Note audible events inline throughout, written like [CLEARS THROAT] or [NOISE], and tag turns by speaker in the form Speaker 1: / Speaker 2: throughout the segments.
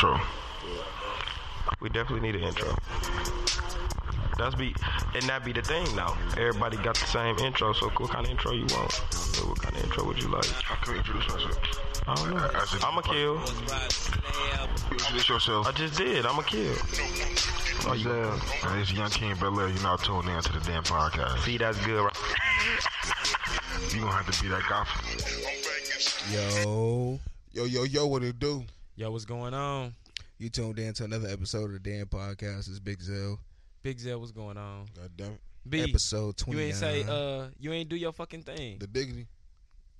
Speaker 1: intro. We definitely need an intro. That's be and that be the thing now. Everybody got the same intro, so what kind of intro you want? So What kind of intro would you like?
Speaker 2: How can we introduce myself?
Speaker 1: I don't know.
Speaker 2: I said-
Speaker 1: I'ma kill.
Speaker 2: You introduce yourself.
Speaker 1: I just did. I'ma kill.
Speaker 2: Oh, yeah. And it's Young King Bel Air. You're not tuned in to the damn podcast.
Speaker 1: See, that's good. Right?
Speaker 2: You're going to have to be that guy. for-
Speaker 3: Yo,
Speaker 4: Yo, yo, yo, what it do?
Speaker 3: yo, what's going on?
Speaker 4: You tuned in to another episode of the Dan Podcast. It's Big Zell.
Speaker 3: Big Zell, what's going on?
Speaker 4: God damn it.
Speaker 3: B,
Speaker 4: episode 20.
Speaker 3: you ain't say uh, you ain't do your fucking thing.
Speaker 4: The Dignity.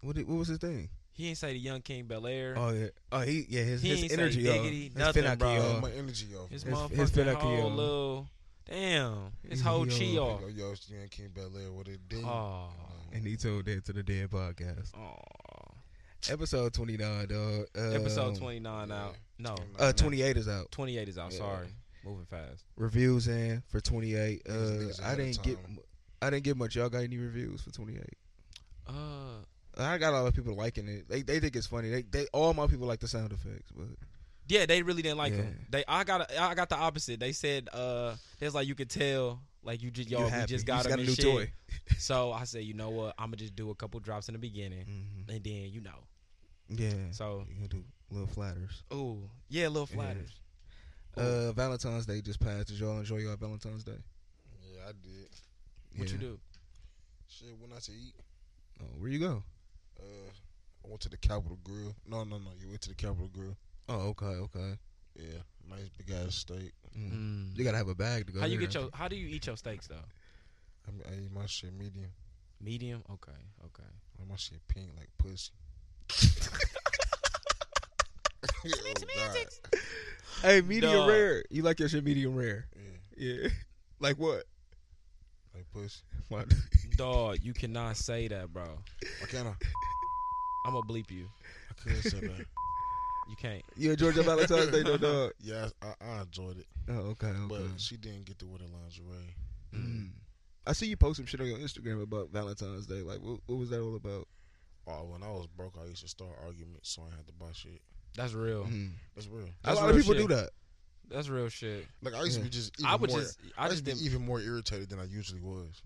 Speaker 4: What, did, what was his thing?
Speaker 3: He ain't say the Young King Bel Air.
Speaker 4: Oh, yeah. Oh, he, yeah, his,
Speaker 3: He ain't
Speaker 4: his
Speaker 3: say
Speaker 4: energy, y'all.
Speaker 3: diggity,
Speaker 4: His
Speaker 3: nothing,
Speaker 4: finaki,
Speaker 3: bro.
Speaker 4: y'all.
Speaker 5: my energy off.
Speaker 3: his
Speaker 4: his-
Speaker 3: motherfucking
Speaker 4: his finna
Speaker 3: whole
Speaker 4: kill.
Speaker 3: little damn,
Speaker 4: um,
Speaker 3: his
Speaker 4: He,
Speaker 3: whole
Speaker 4: uh,
Speaker 3: chi off.
Speaker 5: Yo, yo, it's Young King Bel Air. What it did?
Speaker 3: Oh,
Speaker 4: And he tuned in to the Dan Podcast.
Speaker 3: oh.
Speaker 4: Episode 29, dog. Um,
Speaker 3: Episode twenty nine out. No,
Speaker 4: Uh, 28 is out.
Speaker 3: twenty eight is out.
Speaker 4: Yeah.
Speaker 3: Sorry, moving fast.
Speaker 4: Reviews in for 28. Uh,
Speaker 5: niggas
Speaker 4: I
Speaker 5: ahead of
Speaker 4: didn't get.
Speaker 5: time.
Speaker 4: mu- I didn't get much. Y'all got any reviews for 28?
Speaker 3: Uh,
Speaker 4: I got a lot of people liking it. They they think it's funny. They they all my people like the sound effects, but
Speaker 3: yeah, they really didn't like
Speaker 4: Yeah.
Speaker 3: him. They, I got, I got the opposite. They said, uh, there's like you could tell, like you just
Speaker 4: you
Speaker 3: y'all, we
Speaker 4: happy.
Speaker 3: just
Speaker 4: You
Speaker 3: got, him
Speaker 4: a
Speaker 3: and
Speaker 4: new
Speaker 3: shit.
Speaker 4: toy.
Speaker 3: So I said, you know what? I'm gonna just do a couple drops in the beginning,
Speaker 4: Mhm.
Speaker 3: and then you know.
Speaker 4: Yeah.
Speaker 3: Mm-hmm. So,
Speaker 4: You can do little flatters.
Speaker 3: ooh, yeah, little flatters.
Speaker 4: Uh, Valentine's Day just passed. Did y'all enjoy your Valentine's Day?
Speaker 5: Yeah, I did.
Speaker 3: What
Speaker 4: Yeah.
Speaker 3: you do?
Speaker 5: Shit, went out to eat.
Speaker 4: Oh, where you go?
Speaker 5: Uh, I went to the Capitol Grill. No, no, no. You went to the Capitol Grill.
Speaker 4: Oh, okay, okay.
Speaker 5: Yeah, nice big ass steak.
Speaker 4: Mm. You gotta have a bag to go.
Speaker 3: How you
Speaker 4: there.
Speaker 3: get your? How do you eat your steaks though?
Speaker 5: I, mean, I eat my shit medium.
Speaker 3: Medium. Okay. Okay.
Speaker 5: I my shit pink like pussy. [LAUGHS] oh, God.
Speaker 4: Hey, medium
Speaker 3: Dog.
Speaker 4: rare. You like your shit medium rare?
Speaker 5: Yeah,
Speaker 4: Yeah. [LAUGHS] like what?
Speaker 5: like pussy.
Speaker 4: What?
Speaker 3: Dog, you cannot say that, bro.
Speaker 5: Why can't I?
Speaker 3: I'm gonna bleep you.
Speaker 5: I could say that.
Speaker 3: You can't.
Speaker 4: [LAUGHS] you enjoyed your Valentine's Day, though,
Speaker 3: [LAUGHS]
Speaker 4: dog.
Speaker 5: Yeah, I, I enjoyed it,
Speaker 4: Oh, okay, okay.
Speaker 5: but she didn't get to wear the lingerie.
Speaker 4: Mm. I see you post some shit on your Instagram about Valentine's Day. Like, what, what was that all about?
Speaker 5: Oh, when I was broke, I used to start arguments, so I had to buy shit.
Speaker 3: That's real.
Speaker 4: Mm.
Speaker 5: That's real.
Speaker 4: A
Speaker 3: That's
Speaker 4: lot of
Speaker 3: real
Speaker 4: people
Speaker 3: shit.
Speaker 4: do that.
Speaker 3: That's real shit.
Speaker 5: Like I used
Speaker 4: Yeah.
Speaker 5: to be just. Even
Speaker 3: I was
Speaker 5: more,
Speaker 3: just. I
Speaker 5: I
Speaker 3: just
Speaker 5: used to be
Speaker 3: didn't.
Speaker 5: even more irritated than I usually was.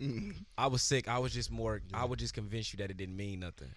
Speaker 4: Mm.
Speaker 3: I was sick. I was just more. I
Speaker 5: Yeah.
Speaker 3: would just convince you that it didn't mean nothing.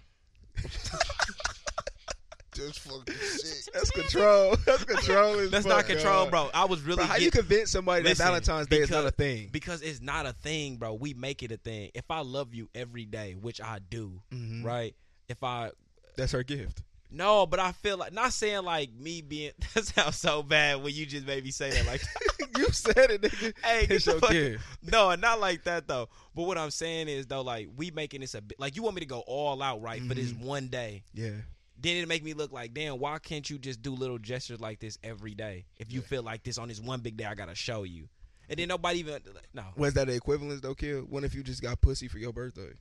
Speaker 5: That's fucking
Speaker 4: [LAUGHS]
Speaker 5: sick.
Speaker 4: That's control. That's control. as
Speaker 3: That's
Speaker 4: fuck,
Speaker 3: not control,
Speaker 4: dog.
Speaker 3: bro. I was really.
Speaker 4: Bro, how
Speaker 3: get-
Speaker 4: you convince somebody
Speaker 3: Listen,
Speaker 4: that Valentine's Day is not a
Speaker 3: because-
Speaker 4: thing?
Speaker 3: because it's not a thing, bro. We make it a thing. If I love you every day, which I do,
Speaker 4: Mhm.
Speaker 3: right? If I
Speaker 4: That's her gift. [LAUGHS]
Speaker 3: No, but I feel like not saying like me being [LAUGHS] that sounds so bad when you just made me say that like [LAUGHS]
Speaker 4: you said it, nigga.
Speaker 3: Hey, get
Speaker 4: it's
Speaker 3: the
Speaker 4: your
Speaker 3: fuck- [LAUGHS]
Speaker 4: gift.
Speaker 3: no, not like that though. But what I'm saying is though, like we making this a bi- like you want me to go all out right for
Speaker 4: Mm-hmm.
Speaker 3: this one day.
Speaker 4: Yeah.
Speaker 3: Then it make me look like damn, why can't you just do little gestures like this every day? If you feel like this on this one big day, I gotta show you. And then nobody even no.
Speaker 4: Was that the equivalence though, Kill? What if you just got pussy for your birthday?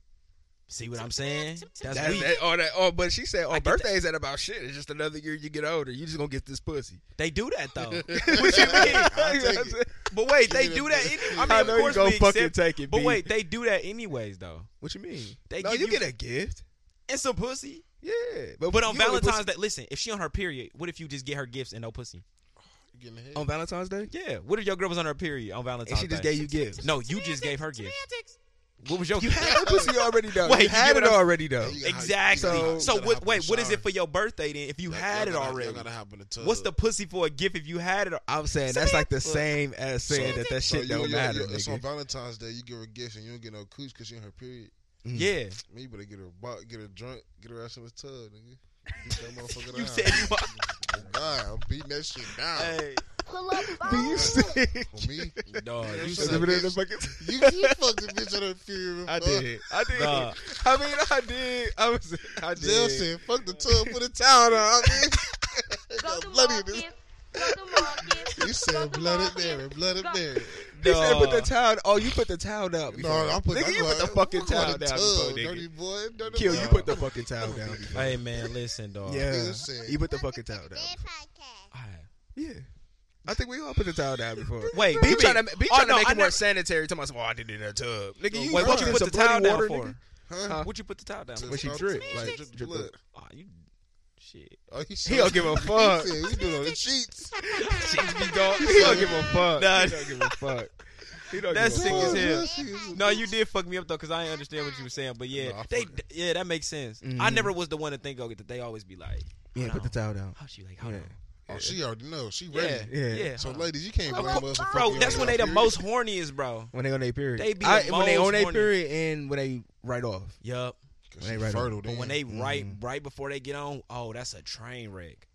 Speaker 3: See what I'm saying? That's,
Speaker 4: That's
Speaker 3: weak.
Speaker 4: that, oh, that, oh, but she said,
Speaker 3: I
Speaker 4: oh,
Speaker 3: get that.
Speaker 4: birthdays ain't about shit. It's just another year you get older. You just gonna get this
Speaker 3: [LAUGHS]
Speaker 4: pussy.
Speaker 3: They do
Speaker 4: [LAUGHS]
Speaker 3: that though.
Speaker 4: what you mean?
Speaker 3: [LAUGHS]
Speaker 5: I'll
Speaker 4: You know what I'm
Speaker 5: take it.
Speaker 4: saying?
Speaker 3: But wait, they
Speaker 5: Give it
Speaker 3: do
Speaker 5: a-
Speaker 3: that. Any- I mean,
Speaker 4: I
Speaker 3: of
Speaker 4: know you
Speaker 3: course
Speaker 4: gonna
Speaker 3: we
Speaker 4: fucking
Speaker 3: accept-
Speaker 4: take it,
Speaker 3: But
Speaker 4: B.
Speaker 3: wait, they do that anyways though.
Speaker 4: What you mean?
Speaker 3: They
Speaker 4: no,
Speaker 3: give
Speaker 4: you,
Speaker 3: you-
Speaker 4: get a gift.
Speaker 3: And some pussy.
Speaker 4: Yeah,
Speaker 3: But on
Speaker 4: you only pussy-
Speaker 3: Valentine's Day, listen, if she on her period, what if you just get her gifts and no pussy?
Speaker 5: You getting ahead?
Speaker 4: on Valentine's Day,
Speaker 3: Yeah. What if your girl was on her period on Valentine's
Speaker 4: and she just
Speaker 3: Day?
Speaker 4: gave you gifts.
Speaker 3: no, you just gave her gifts. What was your
Speaker 4: you had no pussy already though.
Speaker 3: Wait,
Speaker 4: Wait, you
Speaker 3: you
Speaker 4: had
Speaker 3: get
Speaker 4: it
Speaker 3: what I'm-
Speaker 4: already though.
Speaker 5: You gotta hop-
Speaker 3: Exactly.
Speaker 5: you gotta
Speaker 3: So,
Speaker 5: hop
Speaker 3: what,
Speaker 5: in
Speaker 3: wait,
Speaker 5: the
Speaker 3: what is it
Speaker 5: shower.
Speaker 3: for your birthday then if you
Speaker 5: Y'all-
Speaker 3: had it
Speaker 5: y'all gotta-
Speaker 3: already?
Speaker 5: Y'all gotta hop in the tub.
Speaker 3: What's the pussy for a gift if you had it? al-
Speaker 4: I'm saying that's like the same
Speaker 3: Samantha.
Speaker 4: as saying that that
Speaker 5: So
Speaker 4: shit
Speaker 5: you-
Speaker 4: don't
Speaker 5: you-
Speaker 4: matter,
Speaker 5: you- It's on
Speaker 4: nigga.
Speaker 5: Valentine's Day. You give her a gift and you don't get no cooch because she in her period.
Speaker 3: Yeah.
Speaker 5: Man, you better get her a bo- get her drunk, get her ass in the tub, nigga. Beat
Speaker 4: [LAUGHS]
Speaker 5: that motherfucker
Speaker 3: You
Speaker 5: down.
Speaker 3: said you
Speaker 5: oh, God, I'm beating that shit down.
Speaker 4: [LAUGHS]
Speaker 3: Hey.
Speaker 4: Do you see? [LAUGHS]
Speaker 5: For me,
Speaker 3: Dog,
Speaker 5: Yeah,
Speaker 3: you
Speaker 5: I'm
Speaker 3: said
Speaker 5: sorry. you, you fucked the bitch out of period.
Speaker 4: I
Speaker 5: fuck.
Speaker 4: did. I did.
Speaker 3: Nah.
Speaker 4: I mean, I did. I was. I did.
Speaker 5: Zell said, "Fuck the tub, put a towel on." I mean,
Speaker 6: Go
Speaker 5: [LAUGHS]
Speaker 4: [LAUGHS]
Speaker 5: got
Speaker 6: to
Speaker 5: blood in this.
Speaker 6: Marcus. Go to Marcus.
Speaker 5: You said blood up there, blood up there.
Speaker 4: He said, "Put the
Speaker 3: dog.
Speaker 4: towel." Oh, you put the towel down. Before.
Speaker 5: No, I put,
Speaker 4: Nigga,
Speaker 5: I
Speaker 4: you put the
Speaker 5: I
Speaker 4: fucking
Speaker 5: put a
Speaker 4: towel down
Speaker 5: tub,
Speaker 4: before,
Speaker 5: dirty
Speaker 4: nigga.
Speaker 5: boy. dirty
Speaker 4: Kill.
Speaker 5: boy.
Speaker 4: You put the fucking towel down. Before.
Speaker 3: Hey, man, listen, dog.
Speaker 4: Yeah.
Speaker 5: said-
Speaker 4: You put the fucking towel down.
Speaker 3: All right.
Speaker 4: Yeah. I think we all put the towel down before.
Speaker 3: [LAUGHS] Wait,
Speaker 4: be
Speaker 3: you
Speaker 4: trying to
Speaker 3: mean-
Speaker 4: be
Speaker 3: oh,
Speaker 4: trying
Speaker 3: no,
Speaker 4: to make
Speaker 3: I
Speaker 4: it more
Speaker 3: never-
Speaker 4: sanitary. Talking about, oh, I did it in a tub. Nigga, you
Speaker 3: Wait, what you
Speaker 4: drinking
Speaker 3: put the
Speaker 4: some
Speaker 3: towel
Speaker 4: bloody
Speaker 3: down
Speaker 4: water,
Speaker 3: for?
Speaker 4: nigga?
Speaker 5: Huh?
Speaker 3: What you put the towel down for?
Speaker 4: When she
Speaker 5: Stop-
Speaker 4: drip, [LAUGHS]
Speaker 5: she
Speaker 4: like,
Speaker 5: drip
Speaker 4: drip
Speaker 5: blood.
Speaker 4: up.
Speaker 3: Oh, you Shit.
Speaker 5: Oh, [LAUGHS] he,
Speaker 4: He don't give a fuck.
Speaker 5: said he do it on the sheets.
Speaker 4: [LAUGHS]
Speaker 6: [LAUGHS]
Speaker 3: She's be [LAUGHS] gone.
Speaker 4: He don't give a fuck.
Speaker 3: Nah.
Speaker 4: He don't give a fuck. [LAUGHS] He don't
Speaker 3: That's
Speaker 4: give
Speaker 3: sick
Speaker 4: a
Speaker 3: as
Speaker 4: fuck.
Speaker 3: hell.
Speaker 5: Yes, he is a-
Speaker 3: No, you did fuck me up though, cause I didn't understand what you were saying. But yeah,
Speaker 5: No, I
Speaker 3: they,
Speaker 5: fuck-
Speaker 3: d- yeah, that makes sense. I
Speaker 4: Mhm.
Speaker 3: never was the one to think of it. That they always be like,
Speaker 4: Yeah, put the towel down.
Speaker 3: "How she like? Hold
Speaker 4: Yeah.
Speaker 3: on,
Speaker 5: Oh, she already know. She
Speaker 3: yeah,
Speaker 5: ready.
Speaker 3: yeah."
Speaker 4: Yeah.
Speaker 5: So,
Speaker 3: hold on.
Speaker 5: ladies, you can't blame us for
Speaker 3: bro,
Speaker 5: fucking
Speaker 3: that's
Speaker 5: on
Speaker 3: when they
Speaker 5: y'all period.
Speaker 3: the most horniest, bro.
Speaker 4: When they on their period.
Speaker 3: They be
Speaker 4: I,
Speaker 3: the
Speaker 4: when they
Speaker 3: most
Speaker 4: on their
Speaker 3: horny.
Speaker 4: period and when they right off.
Speaker 3: Yup.
Speaker 4: When
Speaker 5: 'Cause she
Speaker 4: they right
Speaker 5: fertile,
Speaker 3: But
Speaker 5: then.
Speaker 3: when they right right before they get on, oh, that's a train wreck.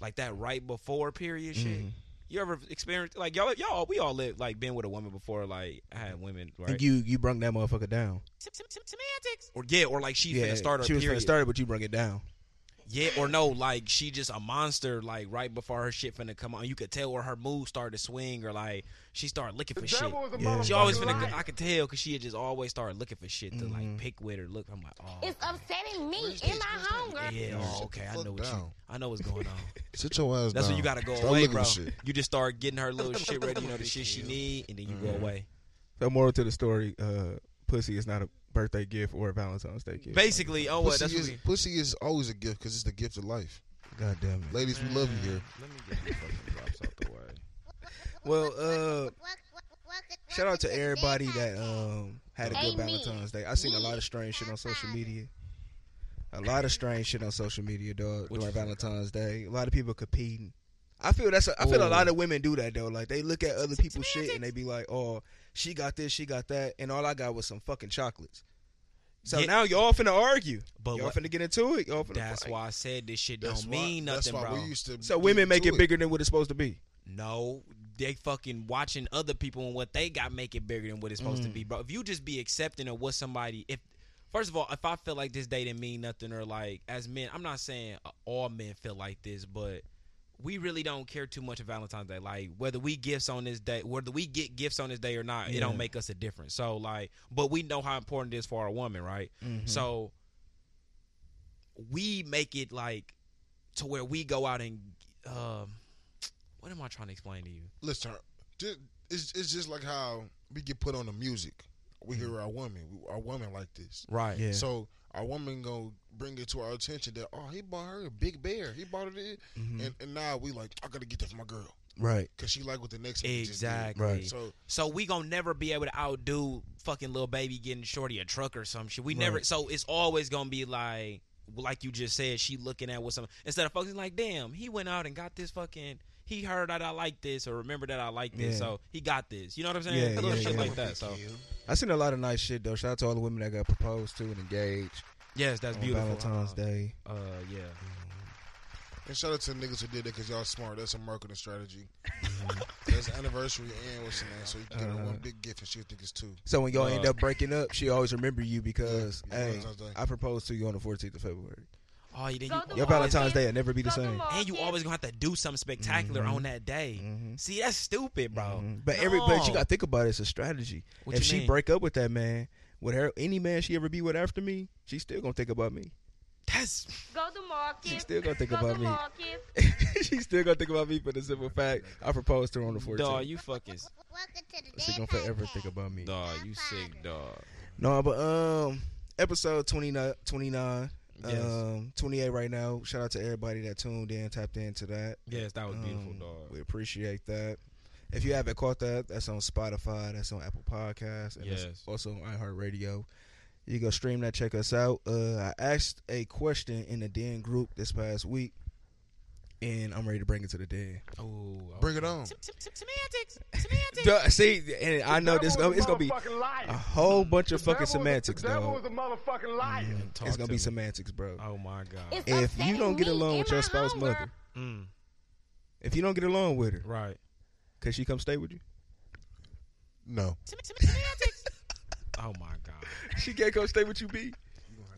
Speaker 3: Like that right before period shit.
Speaker 4: Mhm.
Speaker 3: You ever experienced like y'all y'all we all lived like been with a woman before like I had women right
Speaker 4: And you you brung that motherfucker down.
Speaker 3: or yeah or like she finna start her
Speaker 4: she was
Speaker 3: period
Speaker 4: finna start it, but you brung it down.
Speaker 3: yeah or no like she just a monster like right before her shit finna come on you could tell where her mood started to swing or like she started looking for shit
Speaker 4: Yeah.
Speaker 3: she always finna I could tell because she had just always started looking for shit to like
Speaker 5: Mm-hmm.
Speaker 4: Mhm.
Speaker 3: pick with or look I'm like oh
Speaker 6: It's upsetting me
Speaker 5: Where's
Speaker 6: in
Speaker 5: this?
Speaker 6: my
Speaker 5: Where's that?
Speaker 6: hunger.
Speaker 3: yeah
Speaker 5: Shut
Speaker 3: oh,
Speaker 5: the
Speaker 3: okay I
Speaker 5: fuck
Speaker 3: know what you
Speaker 5: down.
Speaker 3: I know what's
Speaker 5: [LAUGHS]
Speaker 3: going on.
Speaker 5: Sit your ass
Speaker 3: That's
Speaker 5: down.
Speaker 3: when you gotta go
Speaker 5: Stop
Speaker 3: away,
Speaker 5: looking
Speaker 3: bro.
Speaker 5: at shit.
Speaker 3: You just start getting
Speaker 5: [LAUGHS]
Speaker 3: her little shit ready, you know the shit she need, and then you
Speaker 5: Mm-hmm.
Speaker 3: go away.
Speaker 4: The moral to the story, uh, pussy is not a birthday gift or a Valentine's Day gift.
Speaker 3: Basically, oh well,
Speaker 5: Pussy
Speaker 3: that's what
Speaker 5: is,
Speaker 3: we.
Speaker 5: pussy is always a gift because it's the gift of life.
Speaker 4: God damn it.
Speaker 5: Ladies, we love you here.
Speaker 1: Let me get these fucking drops out the way.
Speaker 4: Well, uh, shout out to everybody that um had a good
Speaker 6: Hey, me.
Speaker 4: Valentine's Day. I seen a lot of strange shit on social media. A lot of strange shit on social media, dog.
Speaker 3: What
Speaker 4: During
Speaker 3: you think?
Speaker 4: Valentine's Day, a lot of people competing. I feel that's. A, I feel a lot of women do that though. Like they look at other people's shit and they be like, "Oh, she got this, she got that," and all I got was some fucking chocolates. So
Speaker 3: Yeah.
Speaker 4: now y'all finna argue.
Speaker 3: But
Speaker 4: y'all
Speaker 3: what-
Speaker 4: finna get into it. Y'all finna
Speaker 3: That's
Speaker 4: fight.
Speaker 3: why I said this shit
Speaker 5: That's
Speaker 3: don't mean
Speaker 5: why, that's
Speaker 3: nothing,
Speaker 5: why
Speaker 3: bro.
Speaker 5: We used to
Speaker 4: So
Speaker 5: get
Speaker 4: women make
Speaker 5: into
Speaker 4: it bigger than what it's supposed to be.
Speaker 3: No, they fucking watching other people and what they got make it bigger than what it's supposed to be, bro. If you just be accepting of what somebody, if first of all, if I feel like this day didn't mean nothing, or like as men, I'm not saying uh, all men feel like this, but we really don't care too much of Valentine's Day. Like whether we gifts on this day, whether we get gifts on this day or not, it
Speaker 4: Yeah.
Speaker 3: don't make us a difference. So like, but we know how important it is for our woman, right? So we make it like to where we go out and um what am I trying to explain to you?
Speaker 5: Listen, ju- it's it's just like how we get put on the music.
Speaker 4: Mm.
Speaker 5: We hear our woman, we- our woman like this.
Speaker 3: Right.
Speaker 4: Yeah.
Speaker 5: So our woman gonna bring it to our attention that oh he bought her a big bear, he bought her this,
Speaker 4: Mm-hmm.
Speaker 5: and and now we like I gotta get that for my girl
Speaker 4: Right.
Speaker 5: because she like what the next one just did.
Speaker 3: Exactly.
Speaker 4: Right.
Speaker 5: So
Speaker 3: So we gonna never be able to outdo fucking little baby getting shorty a truck or some shit. We never.
Speaker 4: Right.
Speaker 3: So it's always gonna be like, like you just said, she looking at what some instead of focusing like, damn, he went out and got this fucking. He heard that I like this or remember that I like this,
Speaker 4: Yeah.
Speaker 3: so he got this. You know what I'm saying?
Speaker 4: Yeah,
Speaker 3: Little
Speaker 4: yeah,
Speaker 3: shit
Speaker 4: yeah.
Speaker 3: like that. So
Speaker 4: I seen a lot of nice shit though. Shout out to all the women that got proposed to and engaged
Speaker 3: yes, that's
Speaker 4: on
Speaker 3: beautiful.
Speaker 4: Valentine's Day.
Speaker 3: Uh, yeah.
Speaker 5: And shout out to the niggas who did that because y'all smart. That's a marketing strategy. [LAUGHS] That's anniversary and what's the name. So you can get her
Speaker 4: Uh,
Speaker 5: one big gift and she'll think it's two.
Speaker 4: So when y'all end
Speaker 3: Uh,
Speaker 4: up breaking up, she always remember you because
Speaker 5: Yeah,
Speaker 4: hey,
Speaker 5: Valentine's Day.
Speaker 4: I proposed to you on the 14th of February.
Speaker 3: Oh, you didn't.
Speaker 6: Go to
Speaker 3: you
Speaker 4: Your
Speaker 6: Oh,
Speaker 3: always-
Speaker 4: Valentine's
Speaker 6: yeah.
Speaker 4: Day will never be the
Speaker 6: Go to
Speaker 4: same.
Speaker 6: Mar-
Speaker 3: and you always gonna have to do something spectacular on that day.
Speaker 4: Mhm.
Speaker 3: See, that's stupid, bro.
Speaker 4: Mhm. Mm-hmm. But every but
Speaker 3: No.
Speaker 4: you gotta think about it, it's a strategy.
Speaker 3: What
Speaker 4: if
Speaker 3: you
Speaker 4: she
Speaker 3: mean?
Speaker 4: break up with that man, with her any man she ever be with after me, she still gonna think about me. [LAUGHS]
Speaker 3: That's
Speaker 6: Go to market.
Speaker 4: She still gonna think
Speaker 6: Go to
Speaker 4: about me.
Speaker 6: market.
Speaker 4: she still gonna think about me for the simple fact I proposed to her on the 14th.
Speaker 3: dog. You fucking
Speaker 4: she gonna forever think about me.
Speaker 3: dog. You sick dog.
Speaker 4: No, but um, episode 29, 29
Speaker 3: Yes.
Speaker 4: um, 28 right now. Shout out to everybody that tuned in, tapped into that.
Speaker 3: Yes, that was Oh, beautiful,
Speaker 4: Um,
Speaker 3: dog.
Speaker 4: We appreciate that. If you haven't caught that, that's on Spotify, that's on Apple Podcasts, and
Speaker 3: Yes.
Speaker 4: it's also on iHeartRadio. You go stream that, check us out. Uh, I asked a question in the Den group this past week, and I'm ready to bring it to the Den.
Speaker 3: Oh, okay.
Speaker 5: Bring it on.
Speaker 6: Semantics. Semantics.
Speaker 4: Duh, See, and I know this gonna, it's gonna be a whole bunch of fucking semantics, though.
Speaker 3: Talk
Speaker 4: It's gonna
Speaker 3: to
Speaker 4: be
Speaker 3: me.
Speaker 4: semantics, bro.
Speaker 3: Oh my god.
Speaker 6: It's
Speaker 4: If you don't get
Speaker 6: upsetting me
Speaker 4: along with
Speaker 6: in
Speaker 4: your
Speaker 6: my
Speaker 4: spouse
Speaker 6: hunger.
Speaker 4: mother,
Speaker 3: Mm,
Speaker 4: if you don't get along with her,
Speaker 3: right.
Speaker 4: could she come stay with you?
Speaker 5: No.
Speaker 6: Sem- sem- Semantics.
Speaker 3: Oh my god,
Speaker 4: [LAUGHS] She can't come stay with you, B.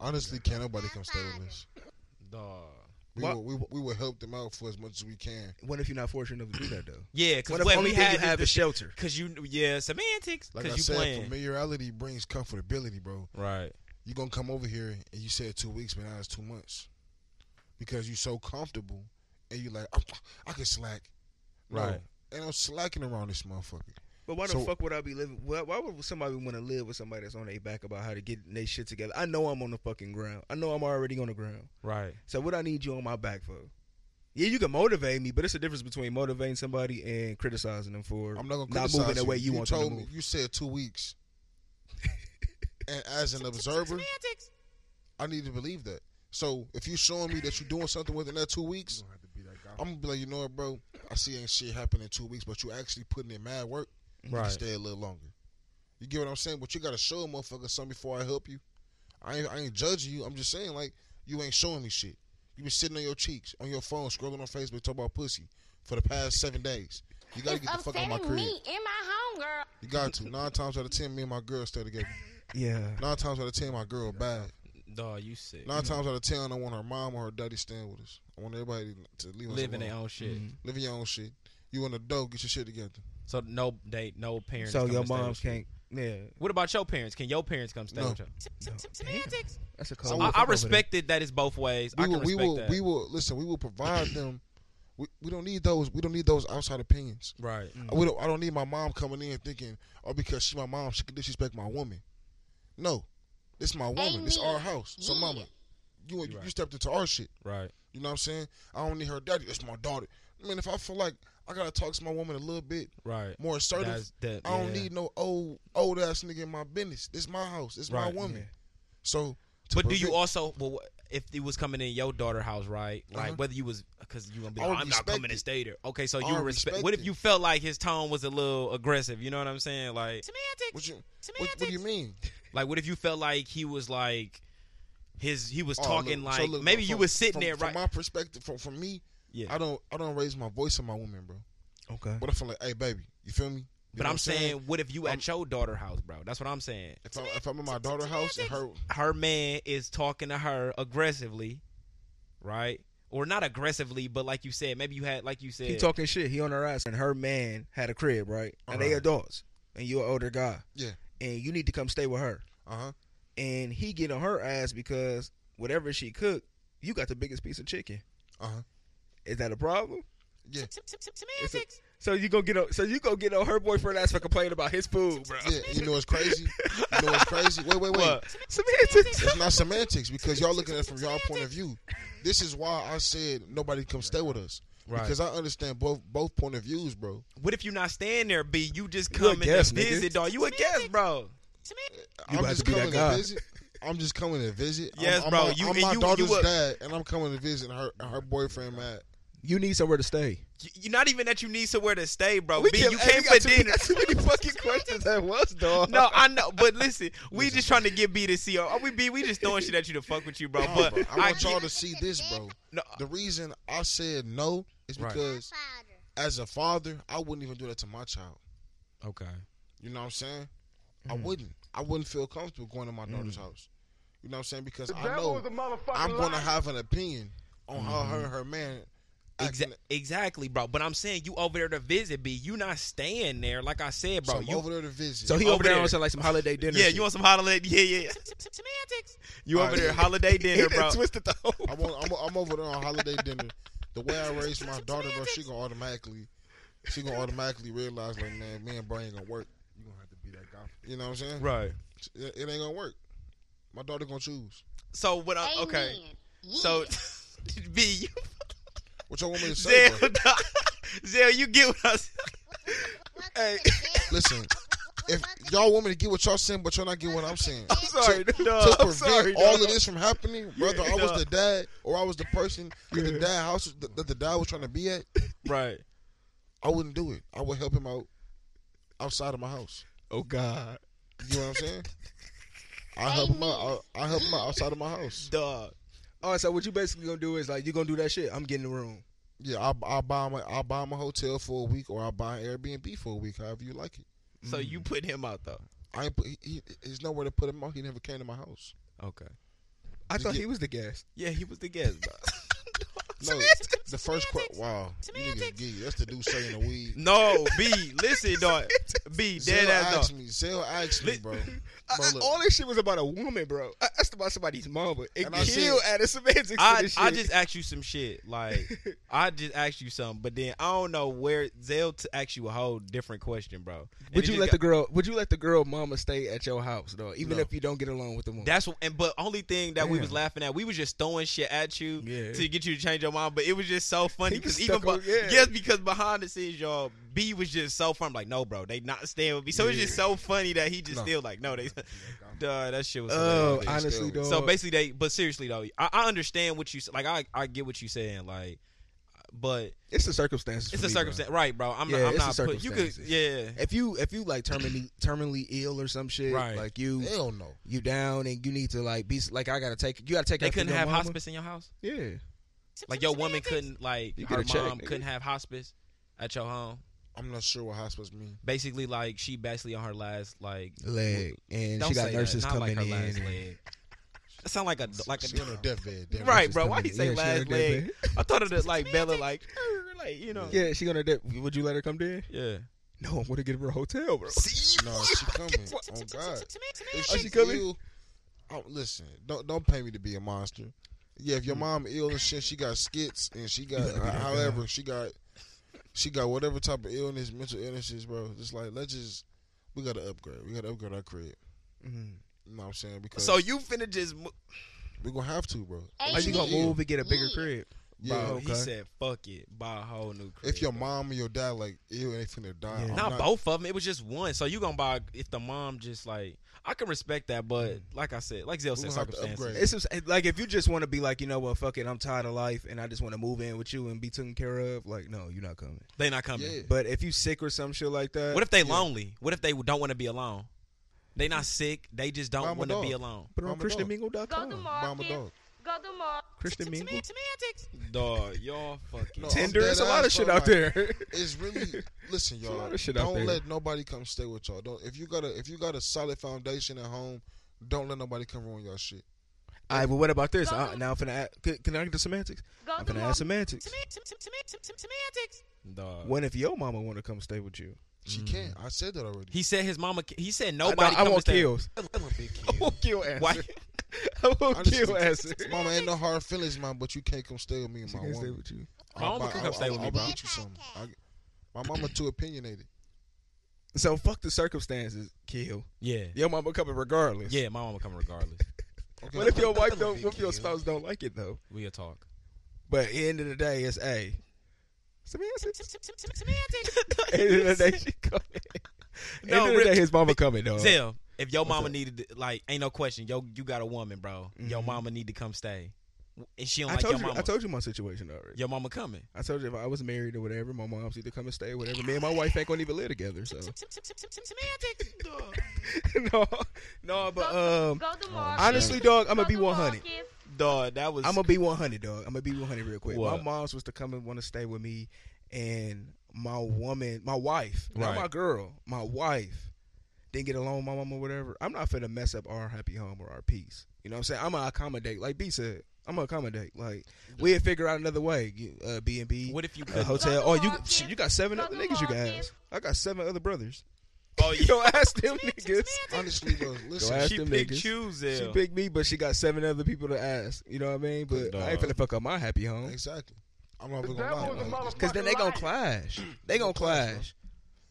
Speaker 5: Honestly, can't nobody come stay with us.
Speaker 3: dog.
Speaker 5: We
Speaker 4: Why-
Speaker 5: will, we, will, we will help them out for as much as we can.
Speaker 4: What if you're not fortunate enough to do that though?
Speaker 3: Yeah, because
Speaker 4: What if
Speaker 3: what
Speaker 4: only
Speaker 3: we
Speaker 4: thing
Speaker 3: had
Speaker 4: you have is shelter?
Speaker 3: Because you, yeah, semantics.
Speaker 5: Like
Speaker 3: Because
Speaker 5: I
Speaker 3: you
Speaker 5: said,
Speaker 3: playing.
Speaker 5: familiarity brings comfortability, bro.
Speaker 3: Right.
Speaker 5: You gonna come over here and you said two weeks, but now it's two months because you so comfortable and you like I, I can slack. No,
Speaker 3: Right.
Speaker 5: ain't no slacking around this motherfucker.
Speaker 4: But why the
Speaker 5: So-
Speaker 4: fuck would I be living? Why, why would somebody want to live with somebody that's on their back about how to get their shit together? I know I'm on the fucking ground. I know I'm already on the ground.
Speaker 3: Right.
Speaker 4: So what I need you on my back for? Yeah, you can motivate me, but it's a difference between motivating somebody and criticizing them for
Speaker 5: I'm not gonna
Speaker 4: moving
Speaker 5: criticize
Speaker 4: the way you, want them
Speaker 5: told
Speaker 4: to
Speaker 5: me
Speaker 4: move.
Speaker 5: you said
Speaker 4: [LAUGHS]
Speaker 5: two weeks, and as an observer,
Speaker 6: Semantics.
Speaker 5: I need to believe that. So if you showing me that you're doing something within that two weeks, I'm gonna be like, you know what, bro? I see ain't shit happen in two weeks, but you actually putting in mad work. You
Speaker 3: Right.
Speaker 5: can stay a little longer. You get what I'm saying? But you gotta show a motherfucker something before I help you. I ain't, I ain't judging you. I'm just saying like you ain't showing me shit. You been sitting on your cheeks, on your phone, scrolling on Facebook, talking about pussy for the past seven days. You gotta
Speaker 6: It's
Speaker 5: get the fuck out my
Speaker 6: upsetting
Speaker 5: crib.
Speaker 6: me and my homegirl.
Speaker 5: You got to. Nine times out of ten, me and my girl stay together.
Speaker 4: Yeah,
Speaker 5: Nine times out of ten, my girl bad.
Speaker 3: Dog, you sick.
Speaker 5: Nine times out of ten, I want her mom or her daddy staying with us. I want everybody to leave us
Speaker 3: Living
Speaker 5: alone.
Speaker 3: their own shit.
Speaker 5: Live in your own shit. You an adult, get your shit together.
Speaker 3: So no date, no parents.
Speaker 4: so
Speaker 3: come
Speaker 4: your
Speaker 3: and stay
Speaker 4: mom
Speaker 3: with you.
Speaker 4: can't. Yeah,
Speaker 3: What about your parents? Can your parents come stay
Speaker 5: No.
Speaker 3: with you?
Speaker 6: Sem- sem- sem- Semantics.
Speaker 4: that's a
Speaker 5: So
Speaker 4: cold.
Speaker 5: we-
Speaker 3: I,
Speaker 5: Fuck
Speaker 3: I
Speaker 5: over
Speaker 3: respected that it's both ways.
Speaker 5: We
Speaker 3: I can
Speaker 5: will, we
Speaker 3: respect
Speaker 5: will,
Speaker 3: that.
Speaker 5: we will listen. We will provide them. We, we don't need those. We don't need those outside opinions.
Speaker 3: right.
Speaker 5: We don't, I don't need my mom coming in thinking, oh, because she's my mom, she can disrespect my woman. No, this my woman. This our house. So,
Speaker 6: Yeah.
Speaker 5: mama, you you,
Speaker 3: right.
Speaker 5: you stepped into our shit.
Speaker 3: Right.
Speaker 5: You know what I'm saying? I don't need her daddy. It's my daughter. I mean, if I feel like I gotta talk to my woman a little bit
Speaker 3: Right.
Speaker 5: more assertive,
Speaker 3: That's that-
Speaker 5: I don't
Speaker 3: yeah.
Speaker 5: need no old old ass nigga in my business. This my house. This
Speaker 3: Right,
Speaker 5: my woman. So, to
Speaker 3: But do you
Speaker 5: prevent-
Speaker 3: also well, if it was coming in your daughter house, right? Like
Speaker 5: Uh-huh.
Speaker 3: whether you was because you gonna be
Speaker 5: I
Speaker 3: like,
Speaker 5: would
Speaker 3: I'm not
Speaker 5: respect
Speaker 3: coming to
Speaker 5: it.
Speaker 3: stay there. Okay, so
Speaker 5: I
Speaker 3: you
Speaker 5: would
Speaker 3: respect.
Speaker 5: respect
Speaker 3: What if
Speaker 5: it.
Speaker 3: you felt like his tone was a little aggressive? You know what I'm saying? Like,
Speaker 6: Semantics.
Speaker 5: What you what, what do you mean?
Speaker 3: like what if you felt like he was like his he was
Speaker 5: Oh,
Speaker 3: talking
Speaker 5: look,
Speaker 3: like
Speaker 5: so look,
Speaker 3: maybe
Speaker 5: from-
Speaker 3: you was sitting
Speaker 5: from-
Speaker 3: there right?
Speaker 5: From my perspective, from, from me,
Speaker 3: yeah,
Speaker 5: I don't I don't raise my voice on my woman, bro.
Speaker 4: Okay.
Speaker 5: What if I'm like, hey baby, you feel me? You know
Speaker 3: but
Speaker 5: what
Speaker 3: I'm saying, what if you at
Speaker 5: I'm-
Speaker 3: your daughter house, bro? That's what I'm saying.
Speaker 5: if I'm if I'm in my daughter's house and her
Speaker 3: her man is talking to her aggressively, right? Or not aggressively, but like you said, maybe you had like you said
Speaker 4: He talking shit. He on her ass, and her man had a crib, right? And they
Speaker 5: Alright.
Speaker 4: adults, and you an older guy.
Speaker 5: Yeah.
Speaker 4: and you need to come stay with her.
Speaker 5: uh huh
Speaker 4: And he get on her ass because whatever she cooked, you got the biggest piece of chicken.
Speaker 5: uh huh
Speaker 4: Is that a problem?
Speaker 5: yeah
Speaker 6: Sem- sem- sem- Semantics.
Speaker 4: So you go get on. So you go get on her boyfriend ass for complaining about his food, bro.
Speaker 5: yeah you know what's crazy you know what's crazy wait wait wait
Speaker 4: [LAUGHS] Semantics.
Speaker 5: It's not semantics because y'all looking at it from y'all point of view. This is why I said nobody come stay with us.
Speaker 3: Right.
Speaker 5: Because I understand both both point of views, bro.
Speaker 3: What if you not staying there, B? You just
Speaker 4: a
Speaker 3: come
Speaker 4: guest,
Speaker 3: and
Speaker 4: nigga.
Speaker 3: visit, dog. You a guest, bro.
Speaker 6: Semantics.
Speaker 5: I'm
Speaker 4: about
Speaker 5: just
Speaker 4: to be that
Speaker 5: coming
Speaker 4: guy.
Speaker 5: visit. I'm just coming to visit. I'm-
Speaker 3: Yes,
Speaker 5: I'm,
Speaker 3: bro.
Speaker 5: My,
Speaker 3: You-
Speaker 5: I'm
Speaker 3: and
Speaker 5: my
Speaker 3: you- you
Speaker 5: daughter's
Speaker 3: a-
Speaker 5: dad, and I'm coming to visit her her boyfriend, Matt.
Speaker 4: You need somewhere to stay.
Speaker 3: You- You're not even that you need somewhere to stay, bro. Oh, B,
Speaker 4: can't-
Speaker 3: you
Speaker 4: hey, we
Speaker 3: came
Speaker 4: got too-
Speaker 3: for
Speaker 4: we [LAUGHS]
Speaker 3: dinner.
Speaker 4: got too many fucking questions at once, dog.
Speaker 3: [LAUGHS] No, I know, but listen, we just trying to get B to see. Oh, we B, we just throwing shit at you to fuck with you, bro.
Speaker 5: No,
Speaker 3: But
Speaker 5: bro, I
Speaker 3: I
Speaker 5: want y'all
Speaker 3: get,
Speaker 5: to see this, bro.
Speaker 3: no,
Speaker 5: The reason I said no is
Speaker 3: Right.
Speaker 5: because as a father, I wouldn't even do that to my child.
Speaker 3: okay,
Speaker 5: You know what I'm saying? I
Speaker 3: Mm-hmm.
Speaker 5: wouldn't. I wouldn't feel comfortable going to my daughter's
Speaker 3: Mm.
Speaker 5: house. You know what I'm saying? Because I know I'm going to have an opinion on how
Speaker 3: Mm-hmm.
Speaker 5: her and her man. acting.
Speaker 3: Exa- exactly, bro. But I'm saying you over there to visit, B. You not staying there, like I said,
Speaker 5: So
Speaker 3: bro.
Speaker 5: I'm
Speaker 3: you,
Speaker 5: over there to visit.
Speaker 4: So he
Speaker 3: Over
Speaker 4: over, there,
Speaker 3: there.
Speaker 4: on some like some holiday dinner.
Speaker 3: yeah,
Speaker 4: shit.
Speaker 3: you want some holiday? [LAUGHS] Yeah, yeah.
Speaker 6: Sem- sem- Semantics.
Speaker 3: You over
Speaker 5: Alright.
Speaker 3: there
Speaker 4: [LAUGHS]
Speaker 3: holiday
Speaker 4: He
Speaker 3: dinner,
Speaker 4: done
Speaker 3: bro?
Speaker 4: twisted the whole. [LAUGHS]
Speaker 5: I'm, on, I'm, I'm over there on holiday dinner. The way I raise my daughter, bro, she gonna automatically, she gonna automatically realize like, man, me and Brian ain't gonna work.
Speaker 2: You gonna have to be that guy.
Speaker 5: You know what I'm saying?
Speaker 3: Right.
Speaker 5: It, it ain't gonna work. My daughter gonna choose.
Speaker 3: So what? I, okay.
Speaker 6: Amen.
Speaker 3: So [LAUGHS] B, you
Speaker 5: What y'all want me to say?
Speaker 3: Zell,
Speaker 5: bro?
Speaker 3: dog. [LAUGHS] Zell, you get what I was.
Speaker 4: Hey,
Speaker 5: Listen, if y'all want me to get what y'all saying, but y'all not get what
Speaker 4: [LAUGHS]
Speaker 5: I'm saying.
Speaker 4: I'm sorry,
Speaker 5: to
Speaker 4: dog. Oh, I'm
Speaker 5: prevent
Speaker 4: sorry,
Speaker 5: all
Speaker 4: dog.
Speaker 5: of this
Speaker 4: [LAUGHS]
Speaker 5: from happening, brother. I
Speaker 3: nah.
Speaker 5: was the dad, or I was the person that the dad house that the dad was trying to be at.
Speaker 3: Right.
Speaker 5: I wouldn't do it. I would help him out outside of my house.
Speaker 4: Oh God.
Speaker 5: You know what I'm saying? I help him out. I, I help him out outside of my house.
Speaker 3: Dog.
Speaker 4: All right, so what you basically gonna do is like you gonna do that shit. I'm getting the room.
Speaker 5: Yeah, I I buy him. a- I buy him a hotel for a week, or I buy an Airbnb for a week, however you like it.
Speaker 3: So
Speaker 4: Mm.
Speaker 3: you put him out though.
Speaker 5: I ain't put, he, he, there's nowhere to put him out. He never came to my house.
Speaker 3: Okay.
Speaker 4: I thought
Speaker 5: get-
Speaker 4: he was the guest. [LAUGHS]
Speaker 3: Yeah, he was the guest, dog.
Speaker 5: No,
Speaker 4: Semantics.
Speaker 5: the first question. Wow, you niggas
Speaker 6: Semantics.
Speaker 5: geek. That's the dude selling the weed.
Speaker 3: [LAUGHS] No, B, listen,
Speaker 4: [LAUGHS]
Speaker 3: dog. B, dead
Speaker 5: Zell
Speaker 3: ass
Speaker 5: asked
Speaker 3: dog.
Speaker 5: me. Zell asked me,
Speaker 3: Li- [LAUGHS]
Speaker 5: bro.
Speaker 4: I-
Speaker 5: Bro,
Speaker 4: I-
Speaker 5: look.
Speaker 4: all this shit was about a woman, bro. I asked about somebody's mama. It
Speaker 5: And I said-
Speaker 4: killed at a semantics. for
Speaker 3: I,
Speaker 4: this
Speaker 3: I
Speaker 4: shit.
Speaker 3: just asked you some shit.
Speaker 4: [LAUGHS]
Speaker 3: Like, I just asked you something, but then I don't know where Zell t- asked you a whole different question, bro. And
Speaker 4: Would
Speaker 3: it
Speaker 4: you
Speaker 3: just
Speaker 4: let
Speaker 3: got-
Speaker 4: the girl? Would you let the girl mama stay at your house though, even
Speaker 5: No.
Speaker 4: if you don't get along with the woman?
Speaker 3: That's what, and but only thing that we was
Speaker 4: Damn.
Speaker 3: laughing at, we was just throwing shit at you
Speaker 4: Yeah.
Speaker 3: to get you to change your mind. But it was just
Speaker 4: [LAUGHS]
Speaker 3: so funny
Speaker 4: He was
Speaker 3: because even
Speaker 4: stuck on-
Speaker 3: be-
Speaker 4: yeah.
Speaker 3: yes, because behind the scenes, y'all B was just so fun. I'm like, no, bro, they not staying with me. So it's just so funny that he just
Speaker 5: No.
Speaker 3: still like, no, they, [LAUGHS] duh, that shit was.
Speaker 4: oh,
Speaker 3: hilarious.
Speaker 4: honestly though.
Speaker 3: So basically, they. But seriously though, I, I understand what you s- like. I I get what you saying, like, but
Speaker 4: it's the circumstances.
Speaker 3: it's
Speaker 4: for
Speaker 3: a
Speaker 4: me, bro.
Speaker 3: circumstance, right, bro? I'm
Speaker 4: Yeah,
Speaker 3: not. I'm
Speaker 4: it's
Speaker 3: not.
Speaker 4: the
Speaker 3: Put, you could,
Speaker 4: circumstances.
Speaker 3: yeah.
Speaker 4: If you if you like terminally terminally ill or some shit,
Speaker 3: Right.
Speaker 4: like you
Speaker 5: Hell no.
Speaker 4: you down and you need to like be like I gotta take you gotta take.
Speaker 3: They
Speaker 4: after
Speaker 3: couldn't
Speaker 4: your
Speaker 3: have
Speaker 4: mama.
Speaker 3: hospice in your house.
Speaker 4: Yeah,
Speaker 3: Like your woman couldn't, like
Speaker 4: You
Speaker 3: her
Speaker 4: get a check,
Speaker 3: mom
Speaker 4: nigga.
Speaker 3: couldn't have hospice at your home.
Speaker 5: I'm not sure what hospice mean.
Speaker 3: basically like she basically on her last like
Speaker 4: leg and
Speaker 3: don't
Speaker 4: she got
Speaker 3: say that,
Speaker 4: nurses
Speaker 3: not
Speaker 4: coming
Speaker 3: like her
Speaker 4: in.
Speaker 3: last
Speaker 4: and-
Speaker 3: leg. That sound [LAUGHS] like a like
Speaker 5: She
Speaker 3: a
Speaker 5: on her deathbed. damn
Speaker 3: right,
Speaker 5: nurses
Speaker 3: bro. Why
Speaker 5: coming
Speaker 3: you say
Speaker 4: Yeah, she
Speaker 3: last
Speaker 4: already
Speaker 3: leg?
Speaker 4: did
Speaker 3: I thought of it like Bella like [LAUGHS] like you know yeah.
Speaker 4: [LAUGHS] Yeah, she gonna. De- would you let her come there? No, I'm gonna get her a hotel, bro.
Speaker 5: in. No, she coming.
Speaker 3: [LAUGHS]
Speaker 5: Oh God. If
Speaker 4: Oh,
Speaker 5: she
Speaker 4: she coming?
Speaker 5: Ill, oh, listen, don't don't pay me to be a monster. Yeah, if your
Speaker 4: Mm.
Speaker 5: mom ill and shit, she got skits and
Speaker 4: [LAUGHS]
Speaker 5: she got however she got she got whatever type of illness, mental illnesses, bro. Just like let's just we gotta upgrade. We gotta upgrade our crib.
Speaker 4: Mhm.
Speaker 5: You know what I'm saying? Because
Speaker 3: So you Oh, finna just mo-
Speaker 5: we're gonna have to, bro.
Speaker 4: Are you gonna
Speaker 5: Yeah.
Speaker 4: move and get a bigger crib?
Speaker 5: Yeah.
Speaker 3: bro, he
Speaker 4: okay.
Speaker 3: said fuck it buy a whole new crib.
Speaker 5: If your
Speaker 3: bro.
Speaker 5: mom or your dad like ill and they finna die,
Speaker 4: Yeah.
Speaker 5: I'm
Speaker 3: not, both of them, it was just one. So you gonna buy if the mom just like I can respect that, but like I said, like Zell
Speaker 5: We
Speaker 3: said,
Speaker 5: Mm. gonna have to upgrade.
Speaker 3: circumstances.
Speaker 4: It's just, like if you just want to be like, you know what, fuck it, I'm tired of life, and I just want to move in with you and be taken care of. Like, no, you're not coming.
Speaker 3: They not coming.
Speaker 5: Yeah.
Speaker 4: But if you sick or some shit like that,
Speaker 3: What if they lonely? What if they don't want to be alone? They not sick. They just
Speaker 5: Buy
Speaker 3: don't
Speaker 5: 'em a
Speaker 3: want to
Speaker 5: Mm. dog.
Speaker 3: be alone.
Speaker 4: put her on
Speaker 5: Mama dog.
Speaker 7: Go to
Speaker 4: ChristianMingle.com.
Speaker 5: Bomb a
Speaker 7: market.
Speaker 5: dog.
Speaker 7: Go to market.
Speaker 4: Christian Mingle.
Speaker 6: Semantics.
Speaker 3: Dog, y'all fucking.
Speaker 5: No,
Speaker 4: Tinder. There's a
Speaker 5: Dead
Speaker 4: lot of
Speaker 5: ass,
Speaker 4: shit
Speaker 5: bro,
Speaker 4: out
Speaker 5: like-
Speaker 3: [LAUGHS]
Speaker 4: there. [LAUGHS]
Speaker 5: It's really listen,
Speaker 4: a lot
Speaker 5: y'all.
Speaker 4: of shit out
Speaker 5: Don't
Speaker 4: there.
Speaker 5: let nobody come stay with y'all. Don't if you got a if you got a solid foundation at home, don't let nobody come ruin your shit.
Speaker 4: All right, but what about this? Uh, now I'm finna add, can, can I get the semantics?
Speaker 7: Go
Speaker 4: I'm
Speaker 7: to
Speaker 4: finna add
Speaker 7: market.
Speaker 4: semantics.
Speaker 6: Semantics.
Speaker 3: Dog.
Speaker 4: When if your mama want to come stay with you?
Speaker 5: She can't. I said that already.
Speaker 3: He said his mama. ki- He said
Speaker 4: I-
Speaker 3: nobody.
Speaker 4: I,
Speaker 3: come
Speaker 4: want
Speaker 3: to stay-
Speaker 4: kills.
Speaker 3: I want big
Speaker 4: I
Speaker 3: kids.
Speaker 4: want [LAUGHS] kill answer.
Speaker 3: Why?
Speaker 4: I want
Speaker 5: I
Speaker 3: [LAUGHS]
Speaker 5: just-
Speaker 4: kill answer.
Speaker 5: [LAUGHS]
Speaker 4: [LAUGHS]
Speaker 5: Mama ain't no hard feelings, mom, but you can't come stay with me and
Speaker 4: She
Speaker 5: my
Speaker 4: can stay
Speaker 5: woman.
Speaker 4: with you.
Speaker 3: My
Speaker 5: I'll
Speaker 3: mama
Speaker 5: buy-
Speaker 3: can come
Speaker 5: I'll-
Speaker 3: stay
Speaker 5: I'll-
Speaker 3: with me,
Speaker 5: I'll
Speaker 3: bro.
Speaker 5: Get you something. I'll get- my mama too opinionated.
Speaker 4: So fuck the circumstances. Kill.
Speaker 3: Yeah.
Speaker 4: Your mama coming regardless.
Speaker 3: Yeah, my mama coming regardless.
Speaker 5: Okay.
Speaker 4: What if your wife
Speaker 5: That'll
Speaker 4: don't?
Speaker 5: be
Speaker 4: What if your
Speaker 5: good.
Speaker 4: spouse don't like it though? [LAUGHS]
Speaker 3: We'll talk.
Speaker 4: But at the end of the day, it's a. Semantics.
Speaker 3: [LAUGHS]
Speaker 6: Semantics.
Speaker 4: end of the day, she coming. [LAUGHS]
Speaker 3: No,
Speaker 4: end of the day,
Speaker 3: Rich-
Speaker 4: his mama coming though.
Speaker 3: Zell, if your
Speaker 4: What's
Speaker 3: mama
Speaker 4: up?
Speaker 3: needed, to- like, ain't no question. Yo, you got a woman, bro. Your
Speaker 4: Mhm.
Speaker 3: mama need to come stay, and she don't
Speaker 4: I
Speaker 3: like
Speaker 4: told
Speaker 3: your
Speaker 4: you.
Speaker 3: mama.
Speaker 4: I told you my situation already.
Speaker 3: your mama coming.
Speaker 4: I told you if I was married or whatever, my mom's either come and stay, or whatever. Me and my wife ain't gonna even live together. So [LAUGHS]
Speaker 6: Semantics.
Speaker 4: no, no. But um,
Speaker 7: Go to market.
Speaker 4: honestly, dog, I'm gonna be
Speaker 7: Go to
Speaker 4: 100.
Speaker 7: market.
Speaker 3: Dog, that was.
Speaker 4: I'm gonna be 100, dog. I'm gonna be 100 real quick.
Speaker 3: What?
Speaker 4: My mom's was to come and want to stay with me, and my woman, my wife, not
Speaker 3: Right.
Speaker 4: my girl, my wife didn't get along with my mom or whatever. I'm not finna mess up our happy home or our peace. You know what I'm saying? I'm gonna accommodate, like B said. I'm gonna accommodate. Like we'll figure out another way. You, Uh, B and B,
Speaker 3: [LAUGHS] What if you
Speaker 4: a
Speaker 3: could?
Speaker 4: hotel. Oh, you shit, you got seven other
Speaker 7: Brother
Speaker 4: niggas. You
Speaker 7: Marcus.
Speaker 4: guys, I got seven other brothers. [LAUGHS]
Speaker 3: oh,
Speaker 4: You don't ask them niggas. [LAUGHS]
Speaker 5: Honestly, bro,
Speaker 4: Go
Speaker 5: listen.
Speaker 4: ahead.
Speaker 3: she
Speaker 4: them
Speaker 3: picked
Speaker 4: niggas.
Speaker 3: you,
Speaker 4: She
Speaker 3: Zell.
Speaker 4: picked me, but she got seven other people to ask. You know what I mean? But I ain't
Speaker 3: Dog.
Speaker 4: finna fuck up my happy home.
Speaker 5: Exactly. I'm not even gonna lie. Like,
Speaker 4: Cause then they gonna clash. They gonna clash.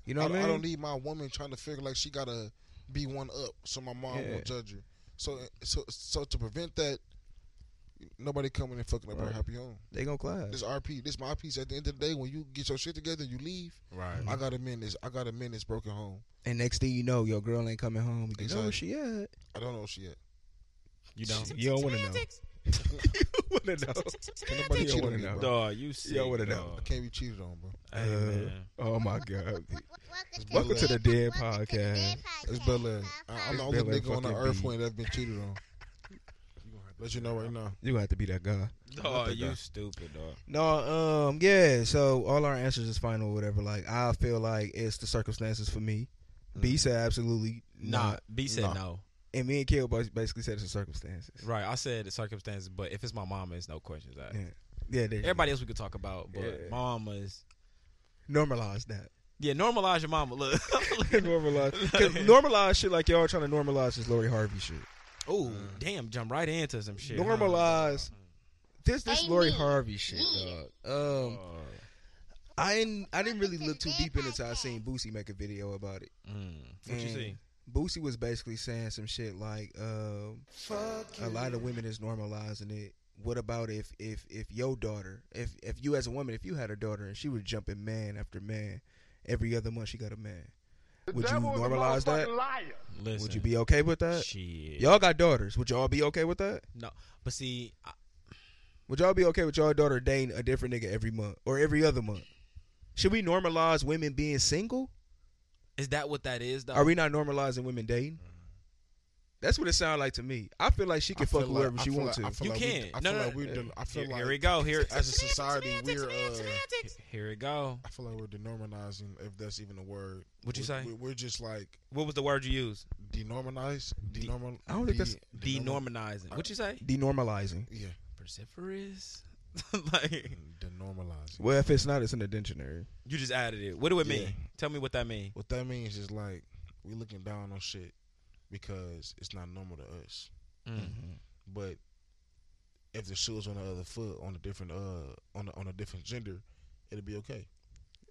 Speaker 4: You know
Speaker 5: I,
Speaker 4: what I
Speaker 5: don't-
Speaker 4: mean?
Speaker 5: I don't need my woman trying to figure like she gotta be one up, so my mom
Speaker 4: Yeah.
Speaker 5: won't judge her. So, so, so to prevent that, nobody coming and fucking up our
Speaker 4: Right.
Speaker 5: happy home.
Speaker 4: they gonna clash.
Speaker 5: This RP, this my piece. At the end of the day, when you get your shit together, you leave.
Speaker 3: Right.
Speaker 5: I gotta mend this. I gotta mend this broken home.
Speaker 4: And next thing you know, your girl ain't coming home. You know
Speaker 5: Exactly.
Speaker 4: where she at?
Speaker 5: I don't know if she yet.
Speaker 3: You don't.
Speaker 4: You don't wanna know. [LAUGHS] you wanna know?
Speaker 5: Can't nobody
Speaker 4: You
Speaker 5: cheat
Speaker 4: wanna
Speaker 5: on me,
Speaker 4: know.
Speaker 5: bro.
Speaker 3: Dog, you sick.
Speaker 4: wanna know.
Speaker 3: dog.
Speaker 5: I can't be cheated on, bro.
Speaker 3: Hey,
Speaker 4: Uh,
Speaker 3: man.
Speaker 4: [LAUGHS] oh my god.
Speaker 5: Welcome to
Speaker 4: the Dead Podcast. Uh,
Speaker 5: It's Bel Air. I- I'm the only
Speaker 4: Bel Air
Speaker 5: nigga on the
Speaker 4: fucking
Speaker 5: earth
Speaker 4: beat.
Speaker 5: when that's been cheated on. Let you know right now.
Speaker 4: You gonna have to be that guy.
Speaker 3: Dog, you stupid, dog.
Speaker 4: No, um, yeah. So all our answers is final, or whatever. Like I feel like it's the circumstances for me. B said absolutely
Speaker 3: Nah,
Speaker 4: not,
Speaker 3: B said
Speaker 5: Nah.
Speaker 3: no.
Speaker 4: and me and Kill both basically said it's the circumstances.
Speaker 3: Right, I said the circumstances, but if it's my mama, it's no questions asked.
Speaker 4: Yeah. Yeah, there you
Speaker 3: Everybody else we could talk about, but
Speaker 4: Yeah.
Speaker 3: mamas.
Speaker 4: go. normalize that.
Speaker 3: Yeah, normalize your mama. Look. [LAUGHS]
Speaker 4: [LAUGHS] normalize, 'Cause normalize shit like y'all trying to normalize this Lori Harvey shit.
Speaker 3: oh, damn! Jump right into some shit. huh?
Speaker 4: normalize this this Lori
Speaker 7: Amen.
Speaker 4: Harvey shit, dog. Um,
Speaker 3: Oh,
Speaker 4: I didn't I didn't really look too deep into. it. I seen Boosie make a video about it.
Speaker 3: mm. What you
Speaker 4: And
Speaker 3: see?
Speaker 4: Boosie was basically saying some shit like, um, a lot of women is normalizing it. What about if if if your daughter, if if you as a woman, if you had a daughter and she was jumping man after man, every other month she got a man. Would you normalize that?
Speaker 3: Listen.
Speaker 4: Would you be okay with that?
Speaker 3: Shit.
Speaker 4: Y'all got daughters. Would y'all be okay with that?
Speaker 3: No, but see, I,
Speaker 4: Would y'all be okay with y'all daughter dating a different nigga every month or every other month? Should we normalize women being single?
Speaker 3: is that what that is? Though?
Speaker 4: Are we not normalizing women dating?
Speaker 3: Mm-hmm.
Speaker 4: That's what it sounds like to me. I feel like she can fuck
Speaker 5: feel
Speaker 4: whoever
Speaker 5: like- I
Speaker 4: she
Speaker 5: feel
Speaker 4: wants
Speaker 5: like- I
Speaker 4: to.
Speaker 5: feel
Speaker 3: You
Speaker 5: like
Speaker 3: can.
Speaker 5: We, I
Speaker 3: No,
Speaker 5: feel
Speaker 3: no,
Speaker 5: like
Speaker 3: no.
Speaker 5: we're. de- I feel
Speaker 3: Here,
Speaker 5: like
Speaker 3: here we go. Here,
Speaker 5: As a society,
Speaker 6: Semantics,
Speaker 5: we're.
Speaker 6: semantics,
Speaker 5: Uh,
Speaker 6: semantics.
Speaker 3: here we go.
Speaker 5: I feel like we're denormalizing, if that's even a word.
Speaker 3: What'd you
Speaker 5: We're-
Speaker 3: say?
Speaker 5: We're, we're just like
Speaker 3: What was the word you used?
Speaker 5: denormalized. Denormal.
Speaker 4: I don't think that's-
Speaker 5: denorm-
Speaker 3: Denormalizing. What you say?
Speaker 4: Denormalizing.
Speaker 5: Yeah,
Speaker 3: Persiferous. [LAUGHS] like
Speaker 5: [LAUGHS] denormalizing.
Speaker 4: Well, if it's not, it's in the dictionary.
Speaker 3: you just added it. What do it
Speaker 5: Yeah.
Speaker 3: mean? Tell me what that mean.
Speaker 5: What that means is like we looking down on shit because it's not normal to us. But if the shoe was on the other foot, on a different uh, on a, on a different gender, it'll be okay.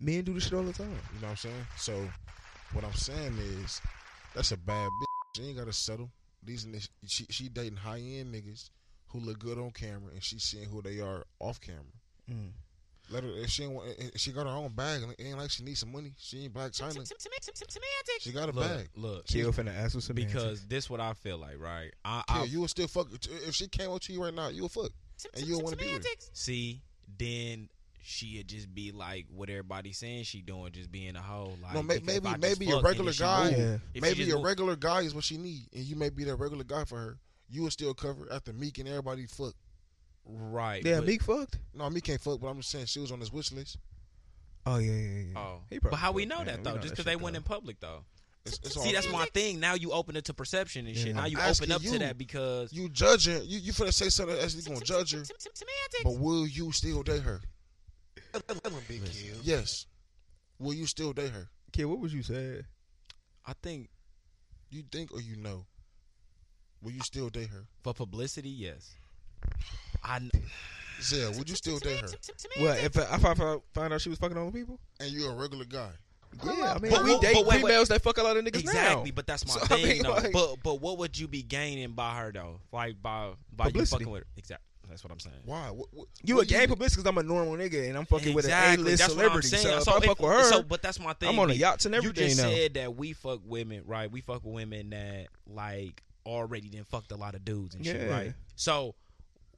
Speaker 4: Men do this shit all the time.
Speaker 5: You know what I'm saying? So what I'm saying is that's a bad bitch. She ain't gotta settle. These niggas- she she dating high end niggas who look good on camera, and she seeing who they are off camera.
Speaker 4: Mm.
Speaker 5: Let her. If she ain't want, if she got her own bag. and It ain't like she needs some money. She ain't black China. She got a
Speaker 3: Look,
Speaker 5: bag.
Speaker 3: look,
Speaker 4: Kill finna ass with some
Speaker 3: because this what I feel like, right? I,
Speaker 5: Yeah,
Speaker 3: I
Speaker 5: you would still fuck if she came up to you right now. You would fuck. And you don't wanna be with her.
Speaker 3: see. Then she'd just be like what everybody's saying she doing, just being a hoe. Like
Speaker 5: no, may,
Speaker 3: because if
Speaker 5: maybe
Speaker 3: I just
Speaker 5: maybe
Speaker 3: fuck
Speaker 5: a
Speaker 3: and
Speaker 5: regular
Speaker 3: if she
Speaker 5: guy.
Speaker 3: move-
Speaker 4: Yeah.
Speaker 3: if she
Speaker 5: Maybe
Speaker 3: just
Speaker 5: a
Speaker 3: move-
Speaker 5: regular guy is what she need, and you may be that regular guy for her. You would still cover after Meek and everybody fuck.
Speaker 3: right?
Speaker 4: Yeah,
Speaker 3: but-
Speaker 4: Meek fucked.
Speaker 5: No, Meek can't fuck, but I'm just saying she was on his wish list.
Speaker 4: Oh yeah, yeah, yeah.
Speaker 3: Oh,
Speaker 4: He
Speaker 3: but
Speaker 4: probably
Speaker 3: how we
Speaker 4: fucked,
Speaker 3: know
Speaker 4: man.
Speaker 3: that
Speaker 4: We
Speaker 3: though?
Speaker 4: know
Speaker 3: Just
Speaker 4: that
Speaker 3: because they
Speaker 4: shit,
Speaker 3: went
Speaker 4: though.
Speaker 3: in public though.
Speaker 5: It's, it's
Speaker 3: See,
Speaker 5: all
Speaker 3: that's
Speaker 5: good.
Speaker 3: my thing. Now you open it to perception and shit.
Speaker 4: Yeah.
Speaker 3: Now you
Speaker 5: I'm
Speaker 3: open up
Speaker 5: asking you.
Speaker 3: to that because
Speaker 5: You judging. You you finna say something that's gonna judge her, but
Speaker 6: Semantics.
Speaker 5: will you still date her? Yes. Will you still date her?
Speaker 4: Kid, what was you saying?
Speaker 3: I think
Speaker 5: You think or you know? Will you still date her?
Speaker 3: for publicity, yes. I kn-
Speaker 5: Zell, would you still date her?
Speaker 4: What if I, if I found- found out she was fucking other people?
Speaker 5: And you're a regular guy.
Speaker 4: Yeah, I mean,
Speaker 3: But-
Speaker 4: we
Speaker 3: but-
Speaker 4: date
Speaker 3: but wait, wait.
Speaker 4: females that fuck a lot of niggas
Speaker 3: exactly,
Speaker 4: now.
Speaker 3: but that's my
Speaker 4: So, I
Speaker 3: thing.
Speaker 4: mean,
Speaker 3: though.
Speaker 4: like-
Speaker 3: but but what would you be gaining by her though? Like by by
Speaker 4: Publicity.
Speaker 3: you fucking with her? Exactly. That's what I'm saying.
Speaker 5: Why? What, what,
Speaker 4: You
Speaker 5: what
Speaker 4: a gay publicist because I'm a normal nigga and I'm fucking with an
Speaker 3: Exactly,
Speaker 4: A-list
Speaker 3: that's what I'm
Speaker 4: celebrity. So,
Speaker 3: saying.
Speaker 4: if I
Speaker 3: if-
Speaker 4: fuck with her,
Speaker 3: so- but that's my thing.
Speaker 4: I'm on the
Speaker 3: B.
Speaker 4: yachts and
Speaker 3: You
Speaker 4: everything
Speaker 3: just
Speaker 4: now.
Speaker 3: said that we fuck women, right? We fuck with women that like already then fucked a lot of dudes and shit,
Speaker 4: Yeah.
Speaker 3: right? So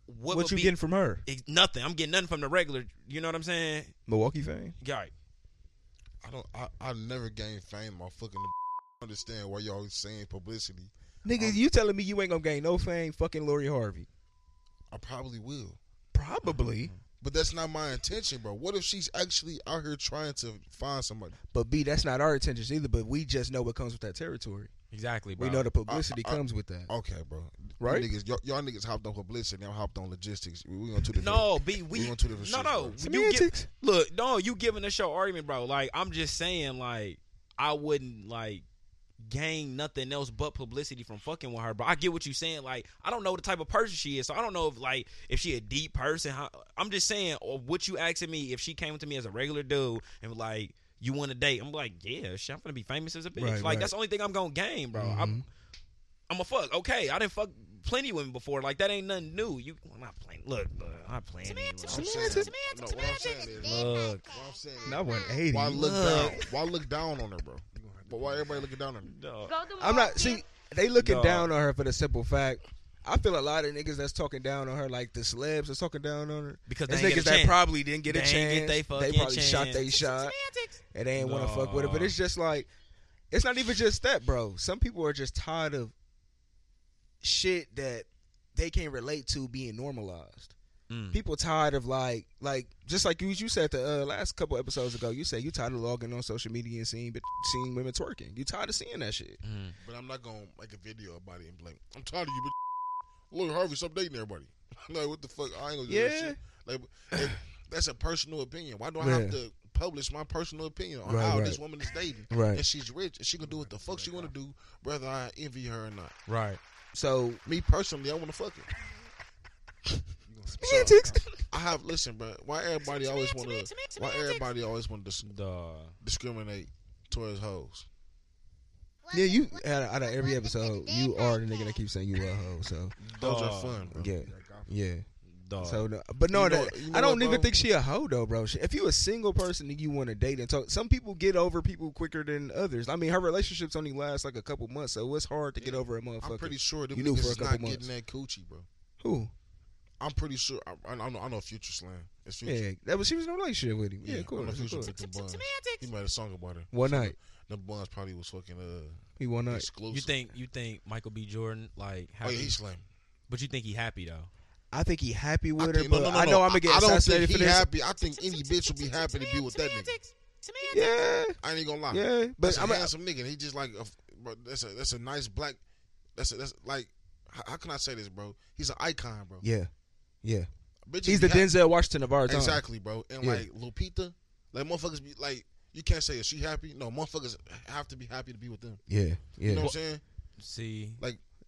Speaker 3: what,
Speaker 4: what,
Speaker 3: would
Speaker 4: you
Speaker 3: be,
Speaker 4: getting from her?
Speaker 3: Ex- nothing. I'm getting nothing from the regular. You know what I'm saying?
Speaker 4: Milwaukee fame.
Speaker 3: Yeah, right.
Speaker 5: I don't. I, I never gained fame off fucking. The [LAUGHS] understand why y'all saying publicity?
Speaker 4: Nigga, you telling me you ain't gonna gain no fame fucking Lori Harvey?
Speaker 5: I probably will,
Speaker 4: Probably.
Speaker 5: but that's not my intention, bro. What if she's actually out here trying to find somebody?
Speaker 4: But B, that's not our intentions either, but we just know what comes with that territory.
Speaker 3: Exactly, bro.
Speaker 4: We know the publicity
Speaker 5: I- I-
Speaker 4: comes with that.
Speaker 5: Okay, bro. You
Speaker 4: Right?
Speaker 5: niggas, y'all, y'all niggas hopped on publicity. I'm hopped on logistics. We, we on two different.
Speaker 3: No, B, we,
Speaker 5: We on two different
Speaker 3: no,
Speaker 5: shits,
Speaker 3: no.
Speaker 5: bro.
Speaker 3: You
Speaker 4: Semantics.
Speaker 3: give, look, no, you giving a show argument, bro. Like I'm just saying, like I wouldn't like gain nothing else but publicity from fucking with her. But I get what you saying. Like I don't know the type of person she is, so I don't know if like if she a deep person. How, I'm just saying, or what you asking me if she came to me as a regular dude and was like you want to date? I'm like, yeah, shit, I'm gonna be famous as a bitch.
Speaker 4: Right,
Speaker 3: like
Speaker 4: right. Mm-hmm.
Speaker 3: that's the only thing I'm gonna gain, bro. I'm I'm a fuck. Okay, I didn't fuck plenty women before. Like that ain't nothing new. You, I'm not playing. Look, look I'm not playing. you.
Speaker 5: I'm saying, no, what I'm saying is, what
Speaker 3: Look,
Speaker 5: I'm saying is,
Speaker 4: Not 180.
Speaker 5: why look
Speaker 3: Look.
Speaker 5: down? Why look down on her, bro? But why everybody looking down on her?
Speaker 3: no.
Speaker 4: I'm not see they looking
Speaker 3: No.
Speaker 4: down on her for the simple fact. I feel a lot of niggas that's talking down on her, like the celebs that's talking down on her.
Speaker 3: Because
Speaker 4: It's
Speaker 3: they ain't
Speaker 4: niggas
Speaker 3: get a
Speaker 4: that
Speaker 3: chance.
Speaker 4: probably didn't get a
Speaker 3: They ain't get
Speaker 4: chance.
Speaker 3: they
Speaker 4: They
Speaker 3: fucking
Speaker 4: probably shot
Speaker 3: chance.
Speaker 4: they shot. and they ain't want to fuck with it. But
Speaker 3: No.
Speaker 4: it's just like, it's not even just that, bro. Some people are just tired of shit that they can't relate to being normalized.
Speaker 3: Mm.
Speaker 4: People tired of like, like just like you, you said the uh, last couple episodes ago. You said you tired of logging on social media and seeing, but seeing women twerking. You tired of seeing that shit.
Speaker 5: But I'm not gonna make a video about it and blink. I'm tired of you, bitch. Lori Harvey, stop dating everybody. [LAUGHS] like what the fuck? I ain't gonna do that
Speaker 4: Yeah.
Speaker 5: shit. Like if- that's a personal opinion. Why do I
Speaker 4: Yeah.
Speaker 5: have to publish my personal opinion on
Speaker 4: Right,
Speaker 5: how
Speaker 4: right.
Speaker 5: this woman is dating?
Speaker 4: Right.
Speaker 5: And she's rich and she can do what the fuck she wanna do, whether I envy her or not.
Speaker 3: Right.
Speaker 4: So
Speaker 5: Me personally, I wanna fuck her.
Speaker 4: antics.
Speaker 5: I have listen, bro. Why everybody always wanna why everybody always wanna dis-
Speaker 3: The
Speaker 5: discriminate towards hoes?
Speaker 4: [LAUGHS] Yeah, you out of, out of every episode, you are the nigga that keeps saying you a hoe. So
Speaker 5: Those
Speaker 3: Uh,
Speaker 5: are fun, bro.
Speaker 4: yeah, yeah.
Speaker 3: the
Speaker 4: So no, but no,
Speaker 5: Oh. You know-
Speaker 4: that,
Speaker 5: you
Speaker 4: I
Speaker 5: know
Speaker 4: don't
Speaker 5: what,
Speaker 4: even
Speaker 5: bro?
Speaker 4: think she a hoe though, bro. She, if you a single person that you want to date and talk, some people get over people quicker than others. I mean, her relationships only last like a couple months, so it's hard to get over a motherfucker.
Speaker 5: I'm pretty sure them
Speaker 4: You knew
Speaker 5: niggas
Speaker 4: for a
Speaker 5: is not
Speaker 4: couple months.
Speaker 5: getting that coochie, bro.
Speaker 4: Who?
Speaker 5: I'm pretty sure. I, I know. I know Future Slam. It's Future.
Speaker 4: Yeah, that was she was in a relationship with him. Yeah,
Speaker 5: I
Speaker 4: of course.
Speaker 5: know
Speaker 4: of
Speaker 5: Future
Speaker 4: course.
Speaker 5: with them buns. He
Speaker 6: Semantics.
Speaker 5: made a song about it.
Speaker 4: One night,
Speaker 5: The buns probably was fucking uh
Speaker 4: he one night.
Speaker 5: exclusive.
Speaker 3: you think you think Michael B. Jordan like
Speaker 5: Oh
Speaker 3: happy,
Speaker 5: yeah, he's slam.
Speaker 3: but you think he happy though.
Speaker 4: I think he happy
Speaker 5: I
Speaker 4: with her,
Speaker 5: think-
Speaker 4: but
Speaker 5: no, no, no,
Speaker 4: I know
Speaker 5: no.
Speaker 4: I'm gonna get
Speaker 5: I don't think
Speaker 4: assassinated
Speaker 5: he
Speaker 4: for this.
Speaker 5: happy. I think any bitch would be happy to be with that nigga.
Speaker 6: Semantics.
Speaker 4: Yeah,
Speaker 5: I ain't gonna lie.
Speaker 4: yeah, but
Speaker 5: that's
Speaker 4: I'm
Speaker 5: a
Speaker 4: a,
Speaker 5: handsome nigga. He just like a, f- bro, that's a that's a nice black. That's a, that's like how, how can I say this, bro? He's an icon, bro.
Speaker 4: yeah, yeah.
Speaker 5: Bitches
Speaker 4: He's the
Speaker 5: be happy.
Speaker 4: Denzel Washington of our time.
Speaker 5: Exactly, bro. And
Speaker 4: Yeah.
Speaker 5: like Lupita, like motherfuckers be like, you can't say is she happy? No, motherfuckers have to be happy to be with them.
Speaker 4: Yeah, yeah.
Speaker 5: You know what I'm saying?
Speaker 3: See,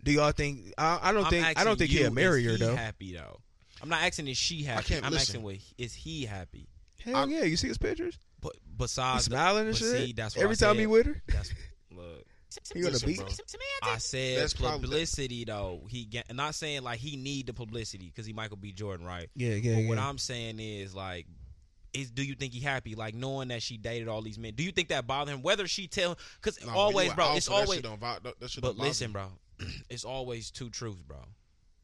Speaker 4: Do y'all think? I, I don't
Speaker 3: I'm
Speaker 4: think. I
Speaker 3: asking
Speaker 4: don't think
Speaker 3: you,
Speaker 4: he'll marry
Speaker 3: is
Speaker 4: her
Speaker 3: he
Speaker 4: though.
Speaker 3: Happy though. I'm not asking is she happy.
Speaker 5: can't
Speaker 3: I'm
Speaker 5: listen.
Speaker 3: asking what is he happy.
Speaker 4: Hell
Speaker 5: I'm-
Speaker 4: yeah! You see his pictures?
Speaker 3: But
Speaker 4: He's
Speaker 3: besides, the-
Speaker 4: smiling and
Speaker 3: but
Speaker 4: shit.
Speaker 3: see, that's what
Speaker 4: Every
Speaker 3: I
Speaker 4: time
Speaker 3: said.
Speaker 4: he with her,
Speaker 3: that's look.
Speaker 4: he on the
Speaker 5: Listen,
Speaker 4: beach.
Speaker 5: bro.
Speaker 3: I
Speaker 6: Semantics.
Speaker 3: said
Speaker 5: That's probably-
Speaker 3: publicity though. He get, not saying like he need the publicity because he Michael B. Jordan, right?
Speaker 4: Yeah, yeah,
Speaker 3: But what I'm saying is like is do you think he happy like knowing that she dated all these men? Do you think that bother him whether she tell cuz
Speaker 5: Nah, you
Speaker 3: always
Speaker 5: an
Speaker 3: bro,
Speaker 5: alpha,
Speaker 3: it's
Speaker 5: that shit
Speaker 3: always
Speaker 5: don't vi- that- that shit
Speaker 3: but
Speaker 5: don't bother
Speaker 3: listen
Speaker 5: me.
Speaker 3: bro, [CLEARS THROAT] it's always two truths, bro.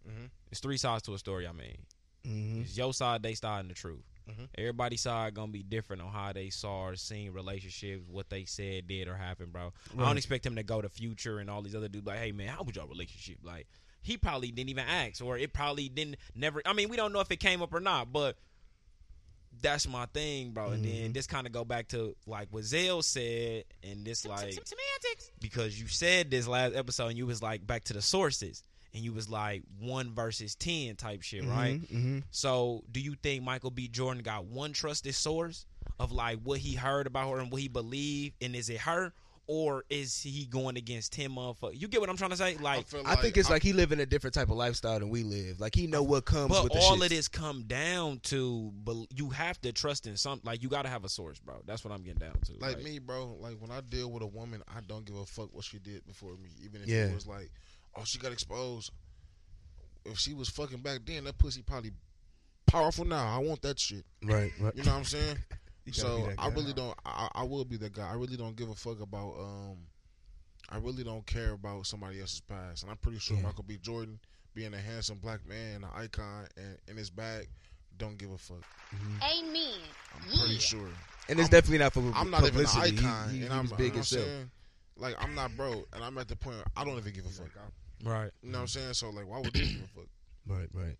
Speaker 5: Mhm.
Speaker 3: It's three sides to a story, I mean.
Speaker 4: Mhm.
Speaker 5: Mm-hmm.
Speaker 3: It's your side, they side, and the truth.
Speaker 5: Mhm.
Speaker 3: Everybody's side gonna be different on how they saw or seen relationships, what they said, did, or happened, bro. I don't
Speaker 4: Right.
Speaker 3: expect him to go to future and all these other dudes like, hey man, how was your relationship? Like he probably didn't even ask, or it probably didn't never. I mean, we don't know if it came up or not, but that's my thing, bro. And then this kind of go back to like what Zell said, and this like
Speaker 6: Semantics.
Speaker 3: because you said this last episode and you was like back to the sources and you was like one versus ten type shit, right?
Speaker 4: Mhm, mhm.
Speaker 3: So do you think Michael B. Jordan got one trusted source of like what he heard about her and what he believed, and is it her? Or is he going against ten motherfuckers? You get what I'm trying to say?
Speaker 5: I,
Speaker 3: Like,
Speaker 5: feel
Speaker 4: I think it's like he living a different type of lifestyle than we live. Like he know what comes
Speaker 3: but
Speaker 4: with the
Speaker 3: all
Speaker 4: shit.
Speaker 3: of this come down to, but you have to trust in some. Like, you got to have a source, bro. That's what I'm getting down to.
Speaker 5: like me, bro. Like when I deal with a woman, I don't give a fuck what she did before me, even if
Speaker 4: Yeah.
Speaker 5: it was like, oh, she got exposed. If she was fucking back then, that pussy probably powerful now. I want that shit.
Speaker 4: right, right.
Speaker 5: You know what I'm saying?
Speaker 4: [LAUGHS] You gotta
Speaker 5: so
Speaker 4: be that
Speaker 5: I
Speaker 4: guy.
Speaker 5: really don't. I, I will be the guy. I really don't give a fuck about. Um, I really don't care about somebody else's past, and I'm pretty sure
Speaker 4: Yeah.
Speaker 5: Michael B. Jordan, being a handsome black man, and an icon, and in his bag, don't give a fuck.
Speaker 7: Amen.
Speaker 5: I'm
Speaker 7: Yeah.
Speaker 5: pretty sure.
Speaker 4: And it's
Speaker 5: I'm-
Speaker 4: definitely not for
Speaker 5: I'm not even an
Speaker 4: publicity. He-
Speaker 5: icon,
Speaker 4: he-
Speaker 5: and
Speaker 4: he
Speaker 5: I'm
Speaker 4: was big
Speaker 5: I'm
Speaker 4: himself.
Speaker 5: saying, like I'm not bro, and I'm at the point where I don't even give a fuck.
Speaker 3: right?
Speaker 5: You know what I'm saying? So like, why would they give a fuck?
Speaker 4: Right, right.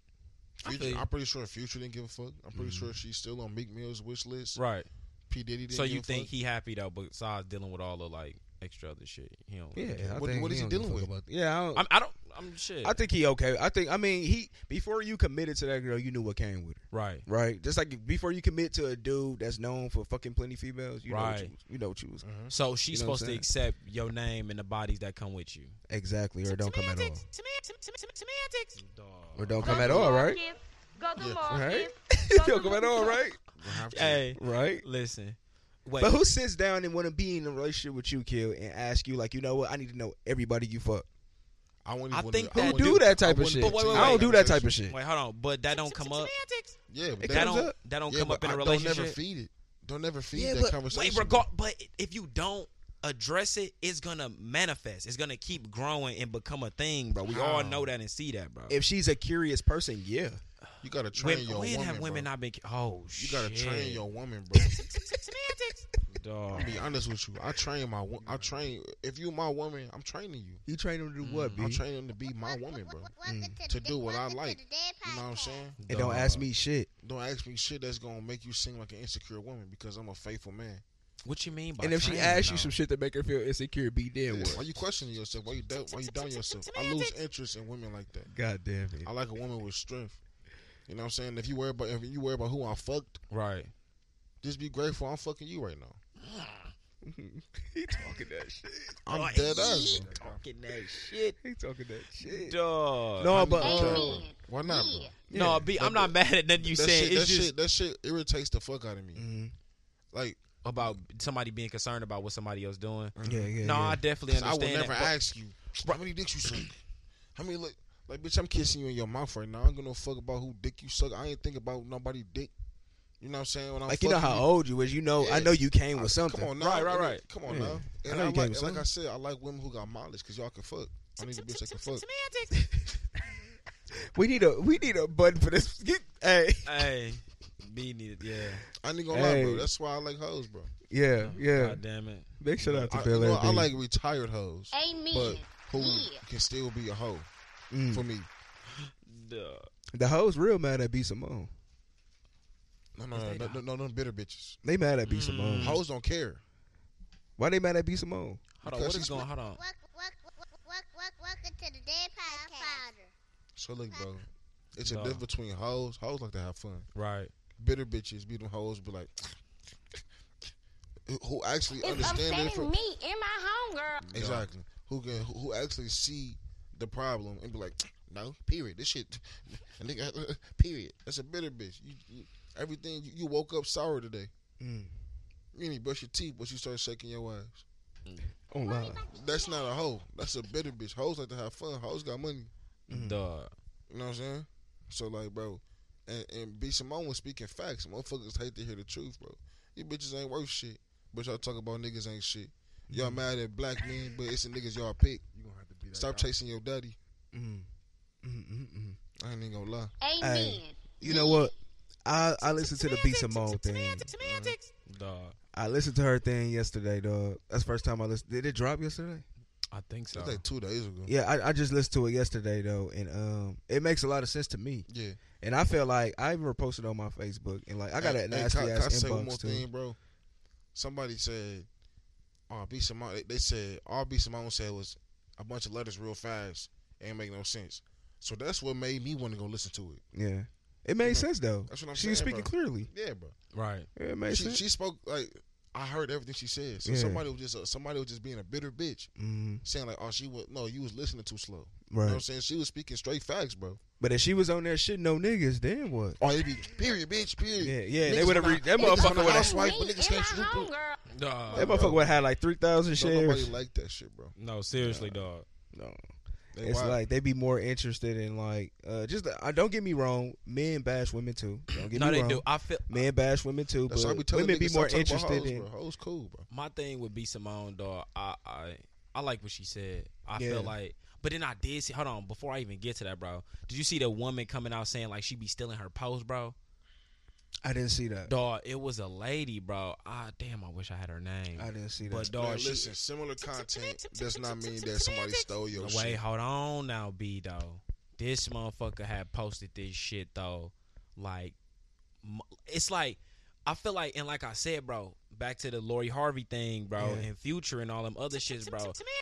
Speaker 3: I feel
Speaker 5: Future,
Speaker 3: you.
Speaker 5: I'm pretty sure Future didn't give a fuck. I'm pretty sure she's still on Meek Mill's wish list.
Speaker 3: Right.
Speaker 5: P Diddy didn't
Speaker 3: So
Speaker 5: give
Speaker 3: you
Speaker 5: a
Speaker 3: think
Speaker 5: fuck.
Speaker 3: he happy though? Besides dealing with all the like extra other shit, he don't.
Speaker 4: Yeah. I
Speaker 5: What-
Speaker 4: think
Speaker 5: what is he
Speaker 4: don't give a
Speaker 5: dealing
Speaker 4: fuck
Speaker 5: with?
Speaker 4: about- yeah, I don't,
Speaker 3: I'm, I don't. I'm shit.
Speaker 4: I think he okay. I think I mean he before you committed to that girl, you knew what came with her,
Speaker 3: right.
Speaker 4: right? Just like before you commit to a dude that's known for fucking plenty females, you know what
Speaker 3: Right.
Speaker 4: you, you know what you was
Speaker 5: Mm-hmm.
Speaker 3: So she's
Speaker 4: You know what
Speaker 3: supposed to
Speaker 4: I'm
Speaker 3: accept your name and the bodies that come with you.
Speaker 4: exactly, or don't come at all,
Speaker 6: Semantics.
Speaker 4: or don't come at all, right?
Speaker 7: Go to
Speaker 4: Right?
Speaker 5: Yeah.
Speaker 7: market.
Speaker 6: [LAUGHS]
Speaker 4: [LAUGHS] don't come at all, right?
Speaker 5: Gonna have to.
Speaker 3: Hey,
Speaker 4: Right?
Speaker 3: [LAUGHS] listen. Wait.
Speaker 4: But who sits down and want to be in a relationship with you, Kill, and ask you like, you know what? I need to know everybody you fuck.
Speaker 5: I, wouldn't
Speaker 3: I
Speaker 5: even
Speaker 3: think
Speaker 5: wanna- I
Speaker 4: Who
Speaker 5: wouldn't-
Speaker 4: do that
Speaker 5: I
Speaker 4: type of
Speaker 5: wouldn't
Speaker 4: shit?
Speaker 3: But wait, wait,
Speaker 4: I don't
Speaker 5: wait.
Speaker 4: do that type of shit.
Speaker 3: Wait, hold on. But that don't come up.
Speaker 6: Semantics.
Speaker 5: Yeah, but
Speaker 4: It
Speaker 5: that-
Speaker 3: That
Speaker 4: comes
Speaker 3: don't.
Speaker 4: up.
Speaker 3: That don't
Speaker 5: yeah,
Speaker 3: come
Speaker 5: but
Speaker 3: up in
Speaker 5: I-
Speaker 3: a
Speaker 5: Don't never
Speaker 3: relationship.
Speaker 5: feed it. Don't never feed
Speaker 4: Yeah,
Speaker 5: that
Speaker 4: but-
Speaker 5: conversation.
Speaker 3: Wait, regard. But if you don't address it, it's gonna manifest. It's gonna keep growing and become a thing, bro. We all
Speaker 5: How?
Speaker 3: know that and see that, bro.
Speaker 4: If she's a curious person, yeah.
Speaker 5: you gotta train
Speaker 3: when
Speaker 5: your
Speaker 3: when
Speaker 5: woman.
Speaker 3: have women
Speaker 5: bro.
Speaker 3: not been? Oh,
Speaker 5: You gotta
Speaker 3: shit.
Speaker 5: train your woman, bro.
Speaker 6: Semantics.
Speaker 3: dog.
Speaker 5: Be honest with you. I train my. wo- I train. If you my woman, I'm training you.
Speaker 4: You train them to do what, B?
Speaker 5: I'm training to be my woman, bro.
Speaker 4: Mm.
Speaker 5: To do what I like. You know what I'm saying?
Speaker 4: and don't ask me shit.
Speaker 5: Don't ask me shit that's gonna make you seem like an insecure woman because I'm a faithful man.
Speaker 3: What you mean by?
Speaker 4: and if she
Speaker 3: training,
Speaker 4: asks you
Speaker 3: though?
Speaker 4: some shit that make her feel insecure, be then
Speaker 5: Why
Speaker 4: what?
Speaker 5: you questioning yourself? Why you doubt? Why you doubting yourself? I lose interest in women like that.
Speaker 4: God damn it.
Speaker 5: I like a woman with strength. You know what I'm saying? If you worry about if you worry about who I fucked,
Speaker 3: Right.
Speaker 5: just be grateful I'm fucking you right now.
Speaker 4: [LAUGHS] he talking that shit.
Speaker 5: [LAUGHS] I'm dead ass. bro.
Speaker 3: Talking that shit,
Speaker 4: He talking that shit.
Speaker 3: dog.
Speaker 4: No, but
Speaker 5: Bro,
Speaker 4: uh,
Speaker 5: Why not, bro?
Speaker 3: no, B. I'm not mad at nothing you
Speaker 5: That
Speaker 3: saying.
Speaker 5: shit, that
Speaker 3: it's just
Speaker 5: shit, that shit irritates the fuck out of me.
Speaker 4: Mhm.
Speaker 5: Like
Speaker 3: about somebody being concerned about what somebody else doing.
Speaker 4: yeah, yeah.
Speaker 3: no, I
Speaker 4: yeah.
Speaker 3: definitely
Speaker 5: I
Speaker 3: understand.
Speaker 5: will never
Speaker 3: that, but-
Speaker 5: ask you how many dicks you suck. How many like, like bitch? I'm kissing you in your mouth right now. I don't give no fuck about who dick you suck. I ain't think about nobody dick. You know what I'm saying? When I'm
Speaker 4: like you know
Speaker 5: fucking
Speaker 4: how old you is. You know, I
Speaker 5: Yeah.
Speaker 4: know you came with something.
Speaker 5: Come on now,
Speaker 3: Right, right,
Speaker 5: and
Speaker 3: right.
Speaker 5: it- Come on
Speaker 4: Yeah.
Speaker 5: now.
Speaker 4: I
Speaker 5: And
Speaker 4: know
Speaker 5: I
Speaker 4: you
Speaker 5: like,
Speaker 4: came with
Speaker 5: and like
Speaker 4: something.
Speaker 5: I said, I like women who got mileage because y'all can fuck. I need a bitch that can fuck.
Speaker 6: Semantics.
Speaker 4: We need a we need a button for this. [LAUGHS] Get, hey,
Speaker 3: Hey, B needed. Yeah.
Speaker 5: I ain't gonna lie,
Speaker 4: Hey.
Speaker 5: bro. That's why I like hoes, bro.
Speaker 4: yeah, yeah.
Speaker 3: God damn it.
Speaker 4: Big shout out to
Speaker 5: I,
Speaker 4: Bill.
Speaker 5: you know, I
Speaker 4: Airbnb.
Speaker 5: like retired hoes, but
Speaker 7: Amen.
Speaker 5: who
Speaker 7: Yeah.
Speaker 5: can still be a hoe
Speaker 4: Mm.
Speaker 5: for me.
Speaker 3: Duh.
Speaker 4: the hoes. Real mad at B Simone.
Speaker 5: No, no, no, no, no, no, no, bitter bitches.
Speaker 4: They mad at B Simone.
Speaker 5: Hoes don't care.
Speaker 4: Why they mad at B Simone?
Speaker 3: Hold on.
Speaker 5: Because
Speaker 3: What is
Speaker 5: she's
Speaker 3: going? Hold on.
Speaker 7: Welcome, welcome, welcome, welcome, welcome to the Dead Powder.
Speaker 5: So look, bro, it's a
Speaker 3: Nah.
Speaker 5: difference between hoes. Hoes like to have fun.
Speaker 3: Right.
Speaker 5: Bitter bitches be them hoes, be like, who actually
Speaker 7: It's
Speaker 5: understand it
Speaker 7: upsetting
Speaker 5: from
Speaker 7: me and my homegirl.
Speaker 5: exactly who can who who actually see the problem and be like, no, period. This shit, [LAUGHS] a nigga, [LAUGHS] period. That's a bitter bitch. You, you everything you, you woke up sour today.
Speaker 4: Mm.
Speaker 5: You need to brush your teeth, but you start shaking your ass.
Speaker 4: Oh wow.
Speaker 5: That's not a hoe. That's a bitter bitch. Hoes like to have fun. Hoes got money.
Speaker 3: Duh.
Speaker 5: You know what I'm saying? So like, bro, and and B Simone was speaking facts. Motherfuckers hate to hear the truth, bro. You bitches ain't worth shit. But y'all talk about niggas ain't shit. Y'all mad at black men, but it's the niggas y'all pick.
Speaker 2: Mm-hmm. You gonna have to be that
Speaker 5: Stop
Speaker 2: guy.
Speaker 5: chasing your daddy.
Speaker 4: Mm. Mm, mm, mm.
Speaker 5: I ain't even gonna lie.
Speaker 7: Amen.
Speaker 4: You know what? I [LAUGHS] I listened to the B Simone thing.
Speaker 6: Semantics. Semantics.
Speaker 3: Duh.
Speaker 4: I listened to her thing yesterday, dog. That's the first time I listened. Did it drop yesterday?
Speaker 3: I think so.
Speaker 5: That's like two days ago.
Speaker 4: Yeah, I, I just listened to it yesterday though, and um, it makes a lot of sense to me.
Speaker 5: Yeah.
Speaker 4: And I feel like I even posted on my Facebook, and like I got
Speaker 5: Hey,
Speaker 4: a
Speaker 5: hey,
Speaker 4: nasty
Speaker 5: can I- can I
Speaker 4: ass
Speaker 5: say one more
Speaker 4: inbox too.
Speaker 5: thing, bro. Somebody said, "Oh, B Simone." They, they said all B Simone said was a bunch of letters real fast. Ain't make no sense. So that's what made me want to go listen to it.
Speaker 4: Yeah, it made sense though.
Speaker 5: That's what I'm
Speaker 4: she was
Speaker 5: saying,
Speaker 4: speaking
Speaker 5: bro.
Speaker 4: clearly.
Speaker 5: Yeah, bro.
Speaker 3: Right.
Speaker 4: Yeah, it made
Speaker 5: she,
Speaker 4: sense.
Speaker 5: she spoke like I heard everything she said. So
Speaker 4: Yeah.
Speaker 5: somebody was just uh, somebody was just being a bitter bitch,
Speaker 4: Mhm,
Speaker 5: saying like, "Oh, she was no, you was listening too slow." You know what I'm
Speaker 4: right.
Speaker 5: saying? She was speaking straight facts, bro.
Speaker 4: But if she was on there shitting no niggas, then what?
Speaker 5: Oh, it be period, bitch, period.
Speaker 4: Yeah, yeah.
Speaker 5: Niggas
Speaker 4: they would have
Speaker 5: wanna-
Speaker 4: re- that
Speaker 5: niggas
Speaker 4: motherfucker
Speaker 5: wanna
Speaker 4: would have.
Speaker 5: housewife,
Speaker 7: Me
Speaker 5: but
Speaker 7: and my
Speaker 5: niggas can't shoot, bro.
Speaker 7: homegirl.
Speaker 3: Duh.
Speaker 4: That motherfucker would have had like three thousand
Speaker 5: Don't nobody
Speaker 4: shares.
Speaker 5: like that shit, bro.
Speaker 3: No, seriously, dog.
Speaker 4: No,
Speaker 5: They
Speaker 4: it's
Speaker 5: wild.
Speaker 4: like they be more interested in like uh, just. I don't get me wrong. Men bash women too. Don't get
Speaker 3: No,
Speaker 4: me
Speaker 3: they
Speaker 4: wrong.
Speaker 3: do. I feel
Speaker 4: Men bash women too,
Speaker 5: that's why we
Speaker 4: but
Speaker 5: telling
Speaker 4: women
Speaker 5: niggas
Speaker 4: be
Speaker 5: stop
Speaker 4: more
Speaker 5: talking about
Speaker 4: interested
Speaker 5: hoes,
Speaker 4: in.
Speaker 5: bro. hoes cool, bro.
Speaker 3: my thing would be Simone, dog. I I I like what she said. I
Speaker 4: Yeah.
Speaker 3: feel like, but then I did see. Hold on, before I even get to that, bro. Did you see the woman coming out saying like she be stealing her post, bro?
Speaker 4: I didn't see that.
Speaker 3: Dog, it was a lady, bro. Ah, damn, I wish I had her name.
Speaker 4: I didn't see that.
Speaker 3: But
Speaker 5: Man,
Speaker 3: dog, she,
Speaker 5: listen, similar content does not mean that somebody stole your
Speaker 3: wait,
Speaker 5: shit.
Speaker 3: hold on now, B though. This motherfucker had posted this shit though. Like, m- it's like I feel like, and like I said, bro. Back to the Lori Harvey thing, bro,
Speaker 4: Yeah.
Speaker 3: and Future and all them other shits, bro.
Speaker 6: Semantics.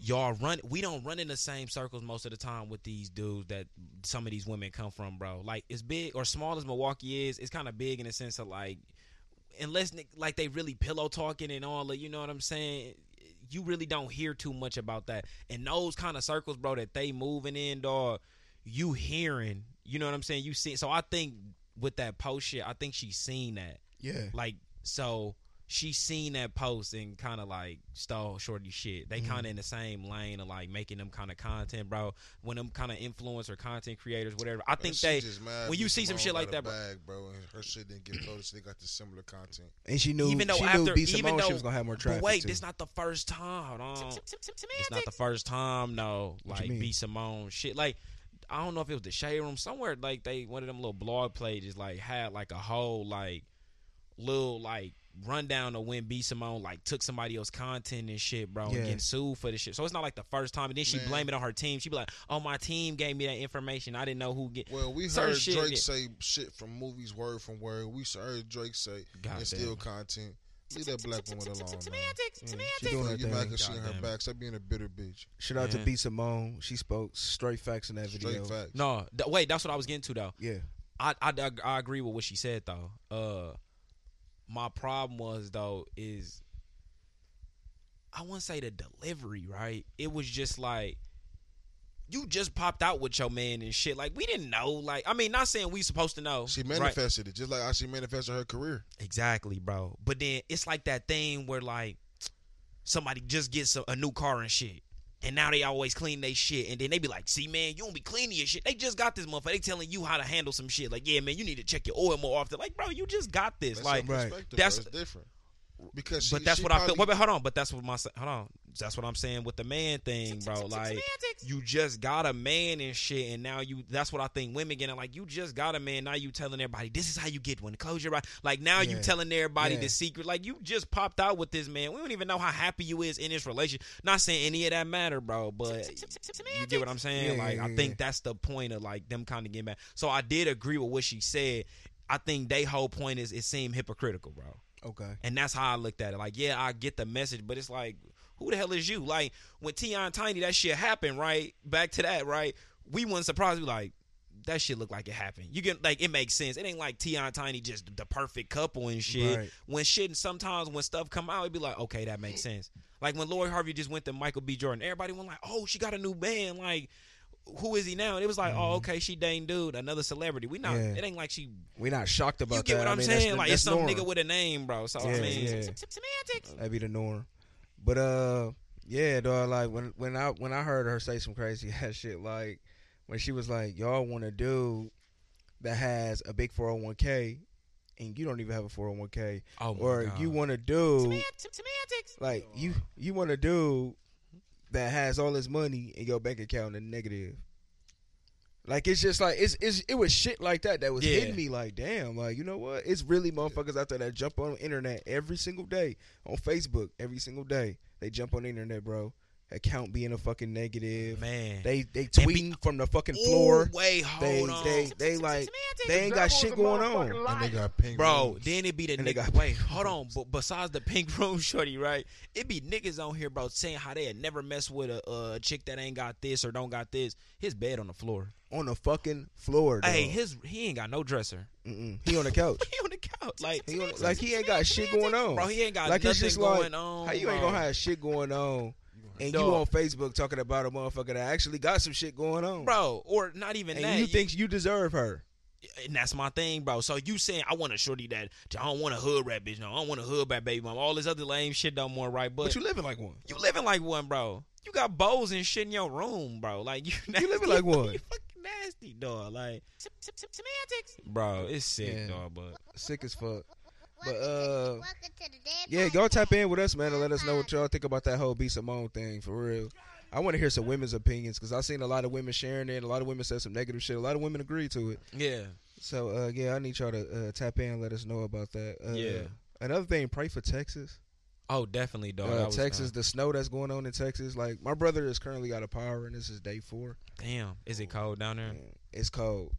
Speaker 3: y'all run we don't run in the same circles most of the time with these dudes that some of these women come from bro like as big or small as milwaukee is it's kind of big in the sense of like unless ni- like they really pillow talking and all that you know what i'm saying you really don't hear too much about that and those kind of circles bro that they moving in dog you hearing you know what i'm saying you see so i think with that post shit i think she's seen that
Speaker 4: yeah,
Speaker 3: like so she seen that post and kind of like stole shorty
Speaker 4: Mm-hmm.
Speaker 3: shit they kind of in the same lane of like making them kind of content bro when them kind of influencer content creators whatever i think
Speaker 5: she
Speaker 3: they
Speaker 5: just mad
Speaker 3: when you
Speaker 5: Miss
Speaker 3: see some
Speaker 5: Simone
Speaker 3: shit like
Speaker 5: got a
Speaker 3: that, bro.
Speaker 5: bag, bro, and her shit didn't get noticed. They got the similar content.
Speaker 4: and she knew.
Speaker 3: even though
Speaker 4: she
Speaker 3: after
Speaker 4: knew B.
Speaker 3: even
Speaker 4: Simone,
Speaker 3: though
Speaker 4: she was gonna have more
Speaker 3: but
Speaker 4: traffic.
Speaker 3: wait
Speaker 4: too.
Speaker 3: this not the first time hold on it's not the
Speaker 6: Semantics.
Speaker 3: first time no
Speaker 4: you
Speaker 3: like
Speaker 4: mean?
Speaker 3: B Simone shit like I don't know if it was the shade room somewhere like they one of them little blog pages like had like a whole like little like rundown of when B Simone like took somebody else's content and shit bro
Speaker 4: Yeah.
Speaker 3: and getting sued for this shit so it's not like the first time and then she
Speaker 5: Man.
Speaker 3: blame it on her team she be like oh my team gave me that information I didn't know who get
Speaker 5: Well, we
Speaker 3: Certain
Speaker 5: heard
Speaker 3: shit
Speaker 5: Drake
Speaker 3: get-
Speaker 5: say shit from movies, word from word. We heard Drake say
Speaker 3: God
Speaker 5: and
Speaker 3: damn
Speaker 5: steal
Speaker 3: it.
Speaker 5: content. Leave that black woman alone, man.
Speaker 6: Semantics. Semantics.
Speaker 4: Mm. she doing her
Speaker 5: You back
Speaker 4: thing.
Speaker 5: and shit in her
Speaker 3: Goddamn.
Speaker 5: back. Stop being a bitter bitch.
Speaker 4: Shout out to
Speaker 3: Yeah.
Speaker 4: B. Simone. She spoke straight facts in that
Speaker 5: Straight
Speaker 4: video.
Speaker 5: facts.
Speaker 3: no th- wait that's what I was getting to though
Speaker 4: Yeah,
Speaker 3: I, I, I- I agree with what she said though. Uh, my problem was though is I wouldn't say the delivery, right? It was just like you just popped out with your man and shit. Like we didn't know. Like I mean, not saying we supposed to know.
Speaker 5: She
Speaker 3: right?
Speaker 5: manifested it just like how she manifested her career.
Speaker 3: Exactly, bro. But then it's like that thing where like somebody just gets a, a new car and shit. And now they always clean their shit. And then they be like, see, man, you don't be cleaning your shit. They just got this motherfucker. They telling you how to handle some shit. Like, yeah, man, you need to check your oil more often. Like, bro, you just got this.
Speaker 5: That's
Speaker 3: like,
Speaker 5: her
Speaker 4: right.
Speaker 5: perspective,
Speaker 3: That's-
Speaker 5: that's different. Because she,
Speaker 3: but that's
Speaker 5: she
Speaker 3: what I
Speaker 5: probably-
Speaker 3: feel. Wait, wait, hold on. But that's what my hold on. That's what I'm saying with the man thing, bro. Like
Speaker 6: Semantics.
Speaker 3: you just got a man and shit, and now you. That's what I think women getting like. You just got a man. Now you telling everybody this is how you get one. Close your eyes. Like now you
Speaker 4: Yeah.
Speaker 3: telling everybody
Speaker 4: Yeah.
Speaker 3: the secret. Like you just popped out with this man. We don't even know how happy you is in this relation. Not saying any of that matter, bro. But you get what I'm saying?
Speaker 4: Yeah,
Speaker 3: like
Speaker 4: yeah,
Speaker 3: I
Speaker 4: yeah,
Speaker 3: think
Speaker 4: yeah.
Speaker 3: that's the point of like them kind of getting back. So I did agree with what she said. I think they whole point is it seemed hypocritical, bro.
Speaker 4: Okay.
Speaker 3: And that's how I looked at it. Like, yeah, I get the message, but it's like, who the hell is you? Like when Tion Tiny that shit happened, right? Back to that, right? We weren't surprised. We like that shit looked like it happened. You get like it makes sense. It ain't like Tion Tiny just the perfect couple and shit.
Speaker 4: Right.
Speaker 3: When shit and sometimes when stuff come out, it'd be like, okay, that makes sense. Like when Lori Harvey just went to Michael B. Jordan, everybody went like, oh, she got a new band. Like, who is he now? And it was like, oh, okay, she dang dude, another celebrity. We not.
Speaker 4: Mm-hmm. Yeah.
Speaker 3: It ain't like she.
Speaker 4: We're not shocked about
Speaker 3: you get
Speaker 4: that.
Speaker 3: what
Speaker 4: I
Speaker 3: I'm
Speaker 4: mean, that's
Speaker 3: saying?
Speaker 4: the-
Speaker 3: like it's
Speaker 4: that's
Speaker 3: some
Speaker 4: norm.
Speaker 3: nigga with a name, bro. So I
Speaker 4: Yeah,
Speaker 3: mean.
Speaker 4: yeah.
Speaker 6: Semantics.
Speaker 4: That'd be the norm. But uh, yeah, dog. Like when when I when I heard her say some crazy [LAUGHS] ass shit, like when she was like, "Y'all want a dude that has a big 401k, and you don't even have a 401k,
Speaker 3: Oh my
Speaker 4: or
Speaker 3: God.
Speaker 4: you want a dude
Speaker 6: Semantics.
Speaker 4: like
Speaker 3: uh,
Speaker 4: you you want a dude that has all his money in your bank account and negative." Like it's just like it's, it's it was shit like that that was
Speaker 3: Yeah.
Speaker 4: hitting me like damn like you know what it's really motherfuckers out there that jump on the internet every single day on Facebook every single day they jump on the internet bro account being a fucking negative
Speaker 3: man.
Speaker 4: they they
Speaker 3: be-
Speaker 4: tweeting from the fucking
Speaker 3: Ooh,
Speaker 4: floor
Speaker 3: wait, hold
Speaker 4: they
Speaker 3: on.
Speaker 4: they they like they ain't got shit going on
Speaker 5: And they got pink.
Speaker 3: Bro,
Speaker 5: rooms.
Speaker 3: then it be the
Speaker 4: And they
Speaker 3: nigga.
Speaker 4: got-
Speaker 3: Wait, hold on. But besides the pink [LAUGHS] room, shorty, right? It be niggas on here, bro, saying how they had never mess with a, a chick that ain't got this or don't got this. His bed on the floor.
Speaker 4: on the fucking floor. Dog.
Speaker 3: Hey, his he ain't got no dresser. [LAUGHS]
Speaker 4: Mm-mm. he on the couch.
Speaker 3: He on the couch, like
Speaker 4: He
Speaker 3: [LAUGHS]
Speaker 4: on, like he ain't got shit going on.
Speaker 3: bro, he ain't got
Speaker 4: like
Speaker 3: nothing
Speaker 4: it's just
Speaker 3: going
Speaker 4: like,
Speaker 3: on.
Speaker 4: How you ain't
Speaker 3: bro.
Speaker 4: gonna have shit going on, and you on
Speaker 3: Dog.
Speaker 4: Facebook talking about a motherfucker that actually got some shit going on,
Speaker 3: bro, or not even
Speaker 4: and
Speaker 3: that.
Speaker 4: you think you deserve her?
Speaker 3: and that's my thing, bro. So you saying I want a shorty that I don't want a hood rat bitch, no, I don't want a hood rat baby mom. All this other lame shit no more, right? But,
Speaker 4: But, you living
Speaker 3: [LAUGHS]
Speaker 4: like one.
Speaker 3: You living like one, bro. You got bows and shit in your room, bro. Like [LAUGHS] you, nasty.
Speaker 4: living like one.
Speaker 3: You fucking nasty, dog. Like,
Speaker 6: Semantics.
Speaker 3: bro, it's sick,
Speaker 4: Yeah.
Speaker 3: dog. But
Speaker 4: Sick as fuck. But,
Speaker 7: Welcome
Speaker 4: uh,
Speaker 7: to, welcome to the dead
Speaker 4: Yeah,
Speaker 7: podcast.
Speaker 4: y'all tap in with us, man, and let us know what y'all think about that whole B Simone thing for real. I want to hear some women's opinions because I've seen a lot of women sharing it. A lot of women said some negative shit. A lot of women agree to it.
Speaker 3: yeah,
Speaker 4: So uh, yeah, I need y'all to uh, tap in, and let us know about that. Uh,
Speaker 3: Yeah.
Speaker 4: Another thing, pray for Texas.
Speaker 3: oh, definitely, dog.
Speaker 4: Uh,
Speaker 3: That was,
Speaker 4: Texas, the snow that's going on in Texas. Like my brother is currently out of power, and this is day four.
Speaker 3: uh, damn, is it cold down there?
Speaker 4: and It's cold.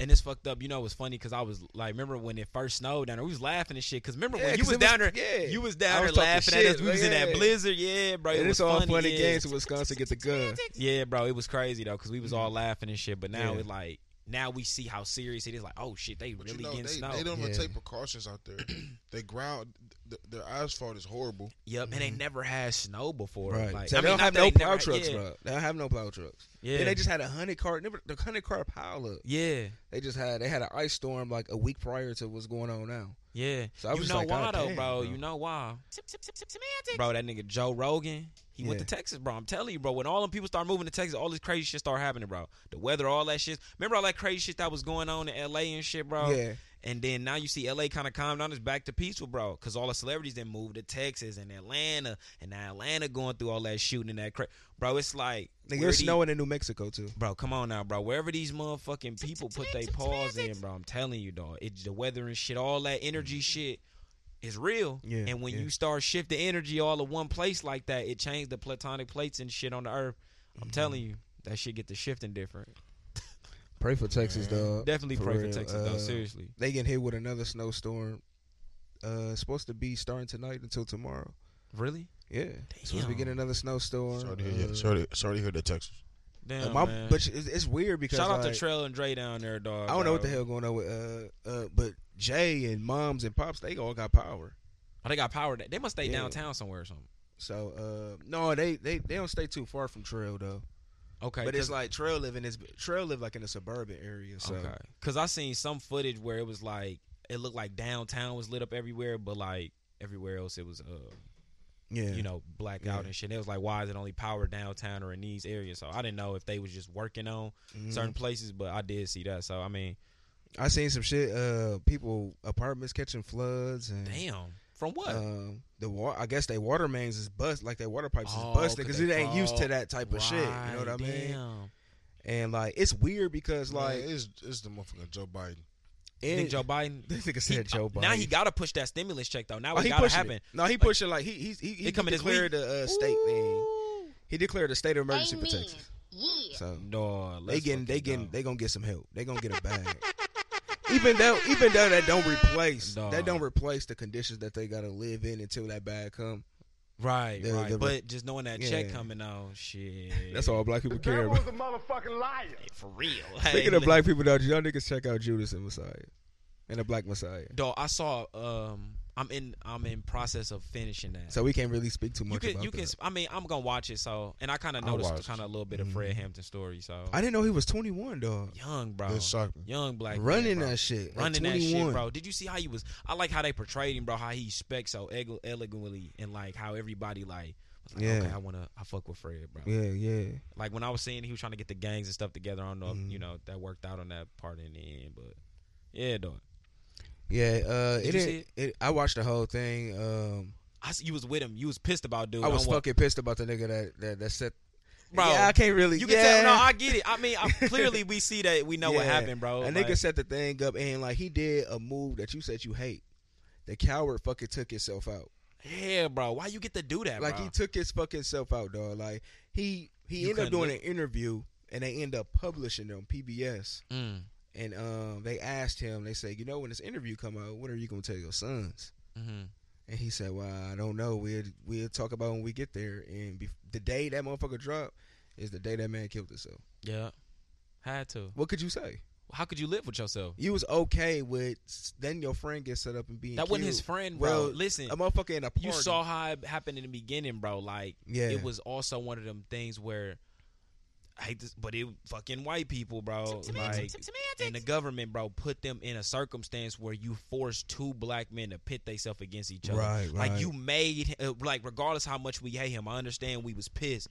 Speaker 3: And it's fucked up. You know, it was funny because I was like, remember when it first snowed down there? We was laughing and shit. Because remember
Speaker 4: Yeah,
Speaker 3: when you
Speaker 4: 'cause
Speaker 3: was
Speaker 4: it was-
Speaker 3: down there,
Speaker 4: yeah.
Speaker 3: you was
Speaker 4: I
Speaker 3: down
Speaker 4: was
Speaker 3: there laughing
Speaker 4: talking
Speaker 3: at us.
Speaker 4: shit,
Speaker 3: We was in
Speaker 4: like,
Speaker 3: that
Speaker 4: yeah.
Speaker 3: blizzard, yeah, bro. It
Speaker 4: and
Speaker 3: was
Speaker 4: it's all
Speaker 3: funny,
Speaker 4: funny
Speaker 3: yeah.
Speaker 4: games in Wisconsin. Get the gun.
Speaker 3: Yeah, bro, it was crazy though, cause we was all laughing and shit. But now
Speaker 4: Mm. Yeah.
Speaker 3: it's like, now we see how serious it is. Like, oh shit, they
Speaker 5: But
Speaker 3: really
Speaker 5: you know,
Speaker 3: getting
Speaker 5: they,
Speaker 3: snow.
Speaker 5: they don't even
Speaker 4: Yeah.
Speaker 5: take precautions out there. [CLEARS THROAT] they ground, th- their asphalt is horrible.
Speaker 3: Yep, and they never had snow before.
Speaker 4: Mm-hmm. Right.
Speaker 3: Like,
Speaker 4: so
Speaker 3: I
Speaker 4: they don't
Speaker 3: mean, not
Speaker 4: have
Speaker 3: that
Speaker 4: no
Speaker 3: they
Speaker 4: plow
Speaker 3: never-
Speaker 4: trucks,
Speaker 3: yeah,
Speaker 4: bro. They don't have no plow trucks.
Speaker 3: Yeah,
Speaker 4: And they just had a hundred car. Never the hundred car pile up.
Speaker 3: yeah,
Speaker 4: They just had they had an ice storm like a week prior to what's going on now.
Speaker 3: yeah.
Speaker 4: So I was
Speaker 3: you
Speaker 4: just
Speaker 3: know
Speaker 4: like,
Speaker 3: why
Speaker 4: God
Speaker 3: though,
Speaker 4: damn,
Speaker 3: bro?
Speaker 4: bro.
Speaker 3: You know why,
Speaker 6: Semantics.
Speaker 3: bro? That nigga Joe Rogan, he went to
Speaker 4: Yeah.
Speaker 3: Texas, bro. I'm telling you, bro. When all them people start moving to Texas, all this crazy shit start happening, bro. The weather, all that shit. Remember all that crazy shit that was going on in L.A. and shit, bro.
Speaker 4: Yeah,
Speaker 3: And then now you see LA kind of calm down. It's back to peaceful, bro. Because all the celebrities then moved to Texas and Atlanta. And now Atlanta going through all that shooting and that crap. Bro, it's like.
Speaker 4: nigga,
Speaker 3: where
Speaker 4: it's
Speaker 3: the-
Speaker 4: snowing in New Mexico too.
Speaker 3: Bro, come on now, bro. Wherever these motherfucking people put their paws in, bro, I'm telling you, dog. It's the weather and shit, all that energy shit is real.
Speaker 4: Mm-hmm. Yeah,
Speaker 3: and when
Speaker 4: yeah.
Speaker 3: you start shifting energy all in one place like that, it changed the platonic plates and shit on the earth. I'm telling
Speaker 4: Mm-hmm.
Speaker 3: you, that shit get to shifting different.
Speaker 4: Pray for Texas, dog.
Speaker 3: Definitely pray for
Speaker 4: Uh, real.
Speaker 3: Texas,
Speaker 4: Uh,
Speaker 3: though. Seriously.
Speaker 4: They getting hit with another snowstorm. Uh, it's supposed to be starting tonight until tomorrow.
Speaker 3: Really?
Speaker 4: Yeah, supposed to be
Speaker 3: Damn.
Speaker 4: getting another snowstorm.
Speaker 5: Sorry to hear,
Speaker 4: Uh,
Speaker 5: sorry, sorry to hear that, Texas.
Speaker 3: Damn,
Speaker 4: my,
Speaker 3: man.
Speaker 4: but it's, it's weird because
Speaker 3: Shout out
Speaker 4: like,
Speaker 3: to Trail and Dre down there, dog.
Speaker 4: I don't know what the hell going on with uh uh but Jay and moms and pops they all got power.
Speaker 3: Oh, they got power. They must stay
Speaker 4: Yeah.
Speaker 3: downtown somewhere or something.
Speaker 4: So uh no they they, they don't stay too far from Trail though.
Speaker 3: Okay,
Speaker 4: But it's
Speaker 3: 'cause-
Speaker 4: like Trail living is Trail live like in a suburban area. So
Speaker 3: okay, because I seen some footage where it was like it looked like downtown was lit up everywhere, but like everywhere else it was uh
Speaker 4: yeah,
Speaker 3: you know, blackout
Speaker 4: Yeah.
Speaker 3: and shit. It was like, why is it only power downtown or in these areas? So I didn't know if they was just working on
Speaker 4: Mhm.
Speaker 3: certain places, but I did see that. So I mean,
Speaker 4: I seen some shit. Uh, people apartments catching floods and
Speaker 3: damn, from what?
Speaker 4: Um, the wa- I guess they water mains is bust like their water pipes
Speaker 3: Oh,
Speaker 4: is busted
Speaker 3: 'cause
Speaker 4: because
Speaker 3: they
Speaker 4: it ain't used to
Speaker 3: fall.
Speaker 4: that type of shit. You know what I
Speaker 3: Right,
Speaker 4: mean?
Speaker 3: damn.
Speaker 4: And like it's weird because
Speaker 5: Like
Speaker 4: like
Speaker 5: it's it's the motherfucker Joe Biden.
Speaker 3: You think
Speaker 4: and-
Speaker 3: Joe Biden?
Speaker 4: [LAUGHS] this nigga said Joe Biden.
Speaker 3: Now he gotta push that stimulus check though. Now
Speaker 4: oh,
Speaker 3: it
Speaker 4: he
Speaker 3: gotta
Speaker 4: pushing.
Speaker 3: happen.
Speaker 4: It. No, he pushing like he he's, he he,
Speaker 3: It coming this
Speaker 4: declared a uh, state thing.
Speaker 6: Ooh.
Speaker 4: He declared a state of emergency for
Speaker 7: Amen.
Speaker 4: Texas.
Speaker 7: Yeah.
Speaker 4: So
Speaker 3: No,
Speaker 4: they getting they getting they gonna get some help. They gonna get a bag.
Speaker 7: [LAUGHS]
Speaker 4: even though even though that don't replace
Speaker 3: Dog.
Speaker 4: that don't replace the conditions that they gotta live in until that bag come.
Speaker 3: right,
Speaker 4: the-
Speaker 3: right.
Speaker 4: the-
Speaker 3: but just knowing that check
Speaker 4: Yeah.
Speaker 3: coming out, shit.
Speaker 4: That's all black people care about.
Speaker 3: for real.
Speaker 4: Speaking
Speaker 3: Hey,
Speaker 4: of black people, though, y'all niggas check out Judas and Messiah, and the Black Messiah.
Speaker 3: dog, I saw. Um, I'm in. I'm in process of finishing that.
Speaker 4: So we can't really speak too
Speaker 3: you
Speaker 4: much
Speaker 3: can.
Speaker 4: about
Speaker 3: You can.
Speaker 4: that.
Speaker 3: I mean, I'm gonna watch it. So, and I kind of
Speaker 5: I'll
Speaker 3: noticed
Speaker 5: watch
Speaker 3: kind of a little bit of Fred Hampton story. So,
Speaker 4: Mm-hmm. I didn't know he was 21, dog.
Speaker 3: young bro,
Speaker 5: That shocked me.
Speaker 3: young black man,
Speaker 4: running
Speaker 3: bro.
Speaker 4: that shit. at
Speaker 3: running that
Speaker 4: 21.
Speaker 3: shit, bro. Did you see how he was? I like how they portrayed him, bro. How he specs so eg- elegantly and like how everybody like. was Like,
Speaker 4: Yeah.
Speaker 3: Okay, I wanna. I fuck with Fred, bro.
Speaker 4: Yeah, yeah.
Speaker 3: Like when I was seeing he was trying to get the gangs and stuff together. I don't know if
Speaker 4: Mhm.
Speaker 3: you know that worked out on that part in the end, but yeah, dog.
Speaker 4: Yeah, uh,
Speaker 3: Did
Speaker 4: it,
Speaker 3: you
Speaker 4: is-
Speaker 3: see it?
Speaker 4: it, I watched the whole thing. Um,
Speaker 3: I s- you was with him. You was pissed about dude.
Speaker 4: I was
Speaker 3: don't wa-
Speaker 4: fucking pissed about the nigga that that, that set.
Speaker 3: Bro,
Speaker 4: yeah, I can't really.
Speaker 3: You can
Speaker 4: yeah.
Speaker 3: tell. No, I get it. I mean, I, clearly we see that we know what
Speaker 4: Yeah.
Speaker 3: happened, bro.
Speaker 4: A
Speaker 3: Like,
Speaker 4: nigga set the thing up and like he did a move that you said you hate. The coward fucking took himself out.
Speaker 3: yeah, bro. Why you get to do that,
Speaker 4: Like
Speaker 3: bro?
Speaker 4: he took his fucking self out, dog. Like he he
Speaker 3: You
Speaker 4: ended up
Speaker 3: couldn't
Speaker 4: doing
Speaker 3: li-
Speaker 4: an interview and they end up publishing it on PBS.
Speaker 3: Mm,
Speaker 4: And um, they asked him, they said, you know, when this interview come out, what are you gonna tell your sons?
Speaker 3: mhm.
Speaker 4: And he said, well, I don't know. We'll we'll talk about it when we get there. And bef the day that motherfucker dropped is the day that man killed himself.
Speaker 3: Yeah, had to.
Speaker 4: What could you say?
Speaker 3: How could you live with yourself?
Speaker 4: You was okay with s- letting your friend get set up and being
Speaker 3: That wasn't
Speaker 4: killed.
Speaker 3: his friend, bro.
Speaker 4: Well,
Speaker 3: Listen,
Speaker 4: a motherfucker in a party.
Speaker 3: you saw how it happened in the beginning, bro. Like,
Speaker 4: Yeah.
Speaker 3: it was also one of them things where I hate this, but it fucking white people, bro. Like, and the
Speaker 6: Semantics.
Speaker 3: government, bro, put them in a circumstance where you forced two black men to pit themselves against each other.
Speaker 4: Right,
Speaker 3: Like
Speaker 4: right.
Speaker 3: you made, uh, like regardless how much we hate him, I understand we was pissed,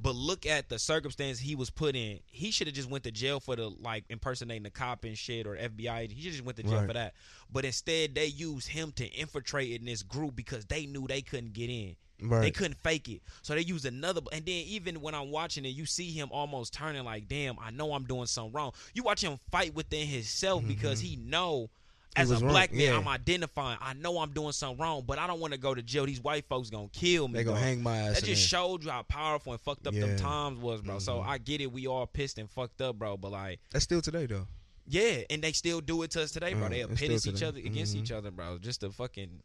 Speaker 3: but look at the circumstance he was put in. He should have just went to jail for the like impersonating a cop and shit or FBI. He should just went to jail
Speaker 4: Right.
Speaker 3: for that. But instead, they used him to infiltrate in this group because they knew they couldn't get in. They
Speaker 4: Right.
Speaker 3: couldn't fake it. So they used another. And then even when I'm watching it, you see him almost turning like, damn, I know I'm doing something wrong. You watch him fight within himself because he know
Speaker 4: Mm-hmm. He
Speaker 3: as a
Speaker 4: was wrong,
Speaker 3: black man,
Speaker 4: yeah.
Speaker 3: I'm identifying. I know I'm doing something wrong, but I don't want to go to jail. These white folks going to kill me.
Speaker 4: They gonna
Speaker 3: dog.
Speaker 4: hang my ass.
Speaker 3: That
Speaker 4: in
Speaker 3: just
Speaker 4: there.
Speaker 3: showed you how powerful and fucked up them
Speaker 4: Yeah. Mm-hmm.
Speaker 3: times was, bro. So I get it. We all pissed and fucked up, bro. But like,
Speaker 4: That's still today though.
Speaker 3: Oh, yeah, and they still do it to us today, bro.
Speaker 4: Mm,
Speaker 3: They
Speaker 4: it's
Speaker 3: pit us
Speaker 4: still
Speaker 3: each
Speaker 4: today.
Speaker 3: other against
Speaker 4: Mhm.
Speaker 3: each other, bro. Just to fucking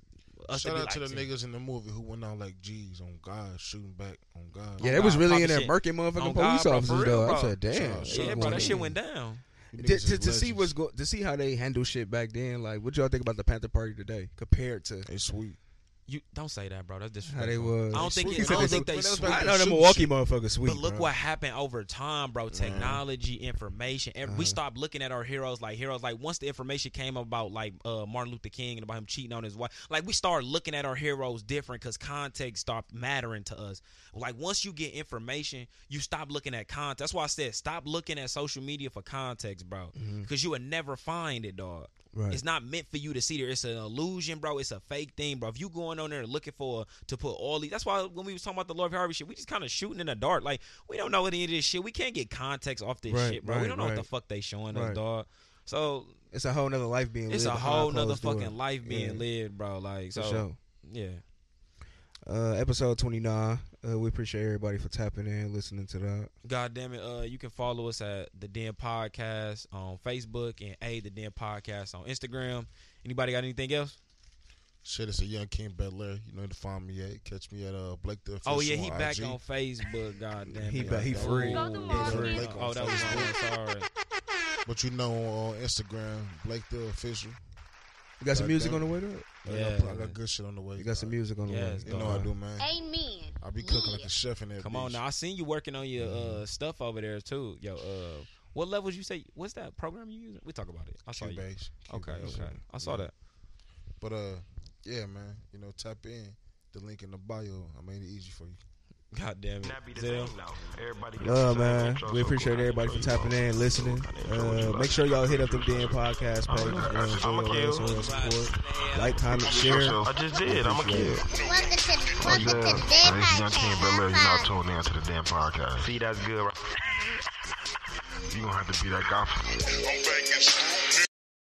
Speaker 3: us
Speaker 5: Shout
Speaker 3: to be
Speaker 5: out to the
Speaker 3: like,
Speaker 5: niggas in the movie who went out like G's on God, shooting back on God.
Speaker 4: Yeah,
Speaker 3: On
Speaker 4: they was
Speaker 3: God,
Speaker 4: really
Speaker 3: popping
Speaker 4: in there
Speaker 3: shit.
Speaker 4: murking
Speaker 3: On
Speaker 4: motherfucking
Speaker 3: God,
Speaker 4: police
Speaker 3: bro, for
Speaker 4: officers
Speaker 3: real,
Speaker 4: though.
Speaker 3: bro.
Speaker 4: I said, damn.
Speaker 5: Shout
Speaker 3: Yeah,
Speaker 5: out.
Speaker 3: bro,
Speaker 5: Shit
Speaker 3: that
Speaker 5: was
Speaker 3: shit
Speaker 5: going
Speaker 3: went down.
Speaker 4: To,
Speaker 5: You niggas
Speaker 4: to,
Speaker 5: is
Speaker 4: to see
Speaker 5: legends.
Speaker 4: what's go- to see how they handle shit back then, like what y'all think about the Panther Party today compared to
Speaker 5: They sweet.
Speaker 3: You don't say that, bro. That's
Speaker 4: how they
Speaker 3: disrespectful.
Speaker 4: was?
Speaker 3: I don't think.
Speaker 5: sweet.
Speaker 3: It, I don't
Speaker 5: Because
Speaker 3: think
Speaker 5: they-
Speaker 3: they.
Speaker 5: when they was
Speaker 3: sweet.
Speaker 5: back
Speaker 4: I know the
Speaker 5: Shoot,
Speaker 4: Milwaukee
Speaker 5: shoot.
Speaker 4: motherfuckers sweet.
Speaker 3: But look
Speaker 4: bro.
Speaker 3: what happened over time, bro. Technology, information. Every,
Speaker 4: Uh-huh.
Speaker 3: We stopped looking at our heroes like heroes. Like once the information came about like uh, Martin Luther King and about him cheating on his wife, like we started looking at our heroes different because context stopped mattering to us. Like once you get information, you stop looking at context. That's why I said stop looking at social media for context, bro.
Speaker 4: Mm-hmm.
Speaker 3: Because you would never find it, dog.
Speaker 4: Right.
Speaker 3: It's not meant for you to see there. It's an illusion, bro. It's a fake thing, bro. If you going on there looking for to put all these, that's why when we was talking about the Lord Harvey shit, we just kind of shooting in the dark. Like we don't know any of this shit. We can't get context off this
Speaker 4: Right,
Speaker 3: shit, bro. we
Speaker 4: right,
Speaker 3: don't know what the
Speaker 4: right.
Speaker 3: fuck they showing us,
Speaker 4: Right.
Speaker 3: dog. So
Speaker 4: It's a whole nother life being.
Speaker 3: it's a
Speaker 4: lived behind
Speaker 3: whole nother
Speaker 4: closed door.
Speaker 3: fucking life being
Speaker 4: Yeah,
Speaker 3: lived, bro. Like so,
Speaker 4: For sure.
Speaker 3: yeah.
Speaker 4: Uh, episode twenty nine. Uh, we appreciate everybody for tapping in, listening to that.
Speaker 3: God damn it. Uh, you can follow us at The Den Podcast on Facebook and A The Den Podcast on Instagram. Anybody got anything else?
Speaker 5: Shit, it's a young King Belair. You know where to find me at. Catch me at uh Blake the
Speaker 3: Oh
Speaker 5: Official
Speaker 3: yeah, he
Speaker 5: on
Speaker 3: back
Speaker 5: IG.
Speaker 3: on Facebook. God damn it.
Speaker 4: He back- he free.
Speaker 3: Oh,
Speaker 8: Go to
Speaker 3: oh,
Speaker 8: Marvin.
Speaker 5: Blake on
Speaker 3: that was
Speaker 5: Facebook.
Speaker 3: good. Sorry.
Speaker 5: But you know on Instagram, Blake the Official.
Speaker 4: You got some
Speaker 5: God
Speaker 4: music
Speaker 5: damn
Speaker 4: on the
Speaker 5: it.
Speaker 4: way, though?
Speaker 5: Yeah,
Speaker 3: Yeah,
Speaker 5: I got, I
Speaker 3: man.
Speaker 5: got good shit on the way. Uh,
Speaker 4: You got some music on the way.
Speaker 3: Yes,
Speaker 5: You know I do, man.
Speaker 7: Amen.
Speaker 5: I be cooking like
Speaker 7: Yeah.
Speaker 5: a chef in that.
Speaker 3: Come on
Speaker 5: bitch.
Speaker 3: now. I seen you working on your
Speaker 4: Mm-hmm.
Speaker 3: uh, stuff over there too. Yo, uh, what levels you say? What's that program you using? We talk about it. I saw you.
Speaker 5: Cubase.
Speaker 3: Okay,
Speaker 5: Cubase,
Speaker 3: okay.
Speaker 5: yeah.
Speaker 3: I saw that.
Speaker 5: But uh, yeah, man. You know, tap in. The link in the bio. I made it easy for you.
Speaker 3: God damn
Speaker 1: That be
Speaker 3: it.
Speaker 1: the
Speaker 3: Zell.
Speaker 1: thing now. Everybody got
Speaker 4: Love,
Speaker 1: the same
Speaker 4: man.
Speaker 1: intro,
Speaker 4: We
Speaker 1: so
Speaker 4: appreciate
Speaker 1: cool.
Speaker 4: everybody for tapping in, listening. Uh, make sure y'all hit up them damn podcast pages.
Speaker 1: I'ma kill.
Speaker 4: man. Show your love, show your support. Like, comment, share.
Speaker 1: I just did. I'm a kid.
Speaker 7: Welcome to the,
Speaker 2: What's
Speaker 7: welcome
Speaker 2: up?
Speaker 7: to the day
Speaker 2: This is Young King Belair. You're not
Speaker 7: podcast.
Speaker 2: tuned in to the damn podcast.
Speaker 1: See, that's good. Right?
Speaker 2: You're going to have to be that guy for me.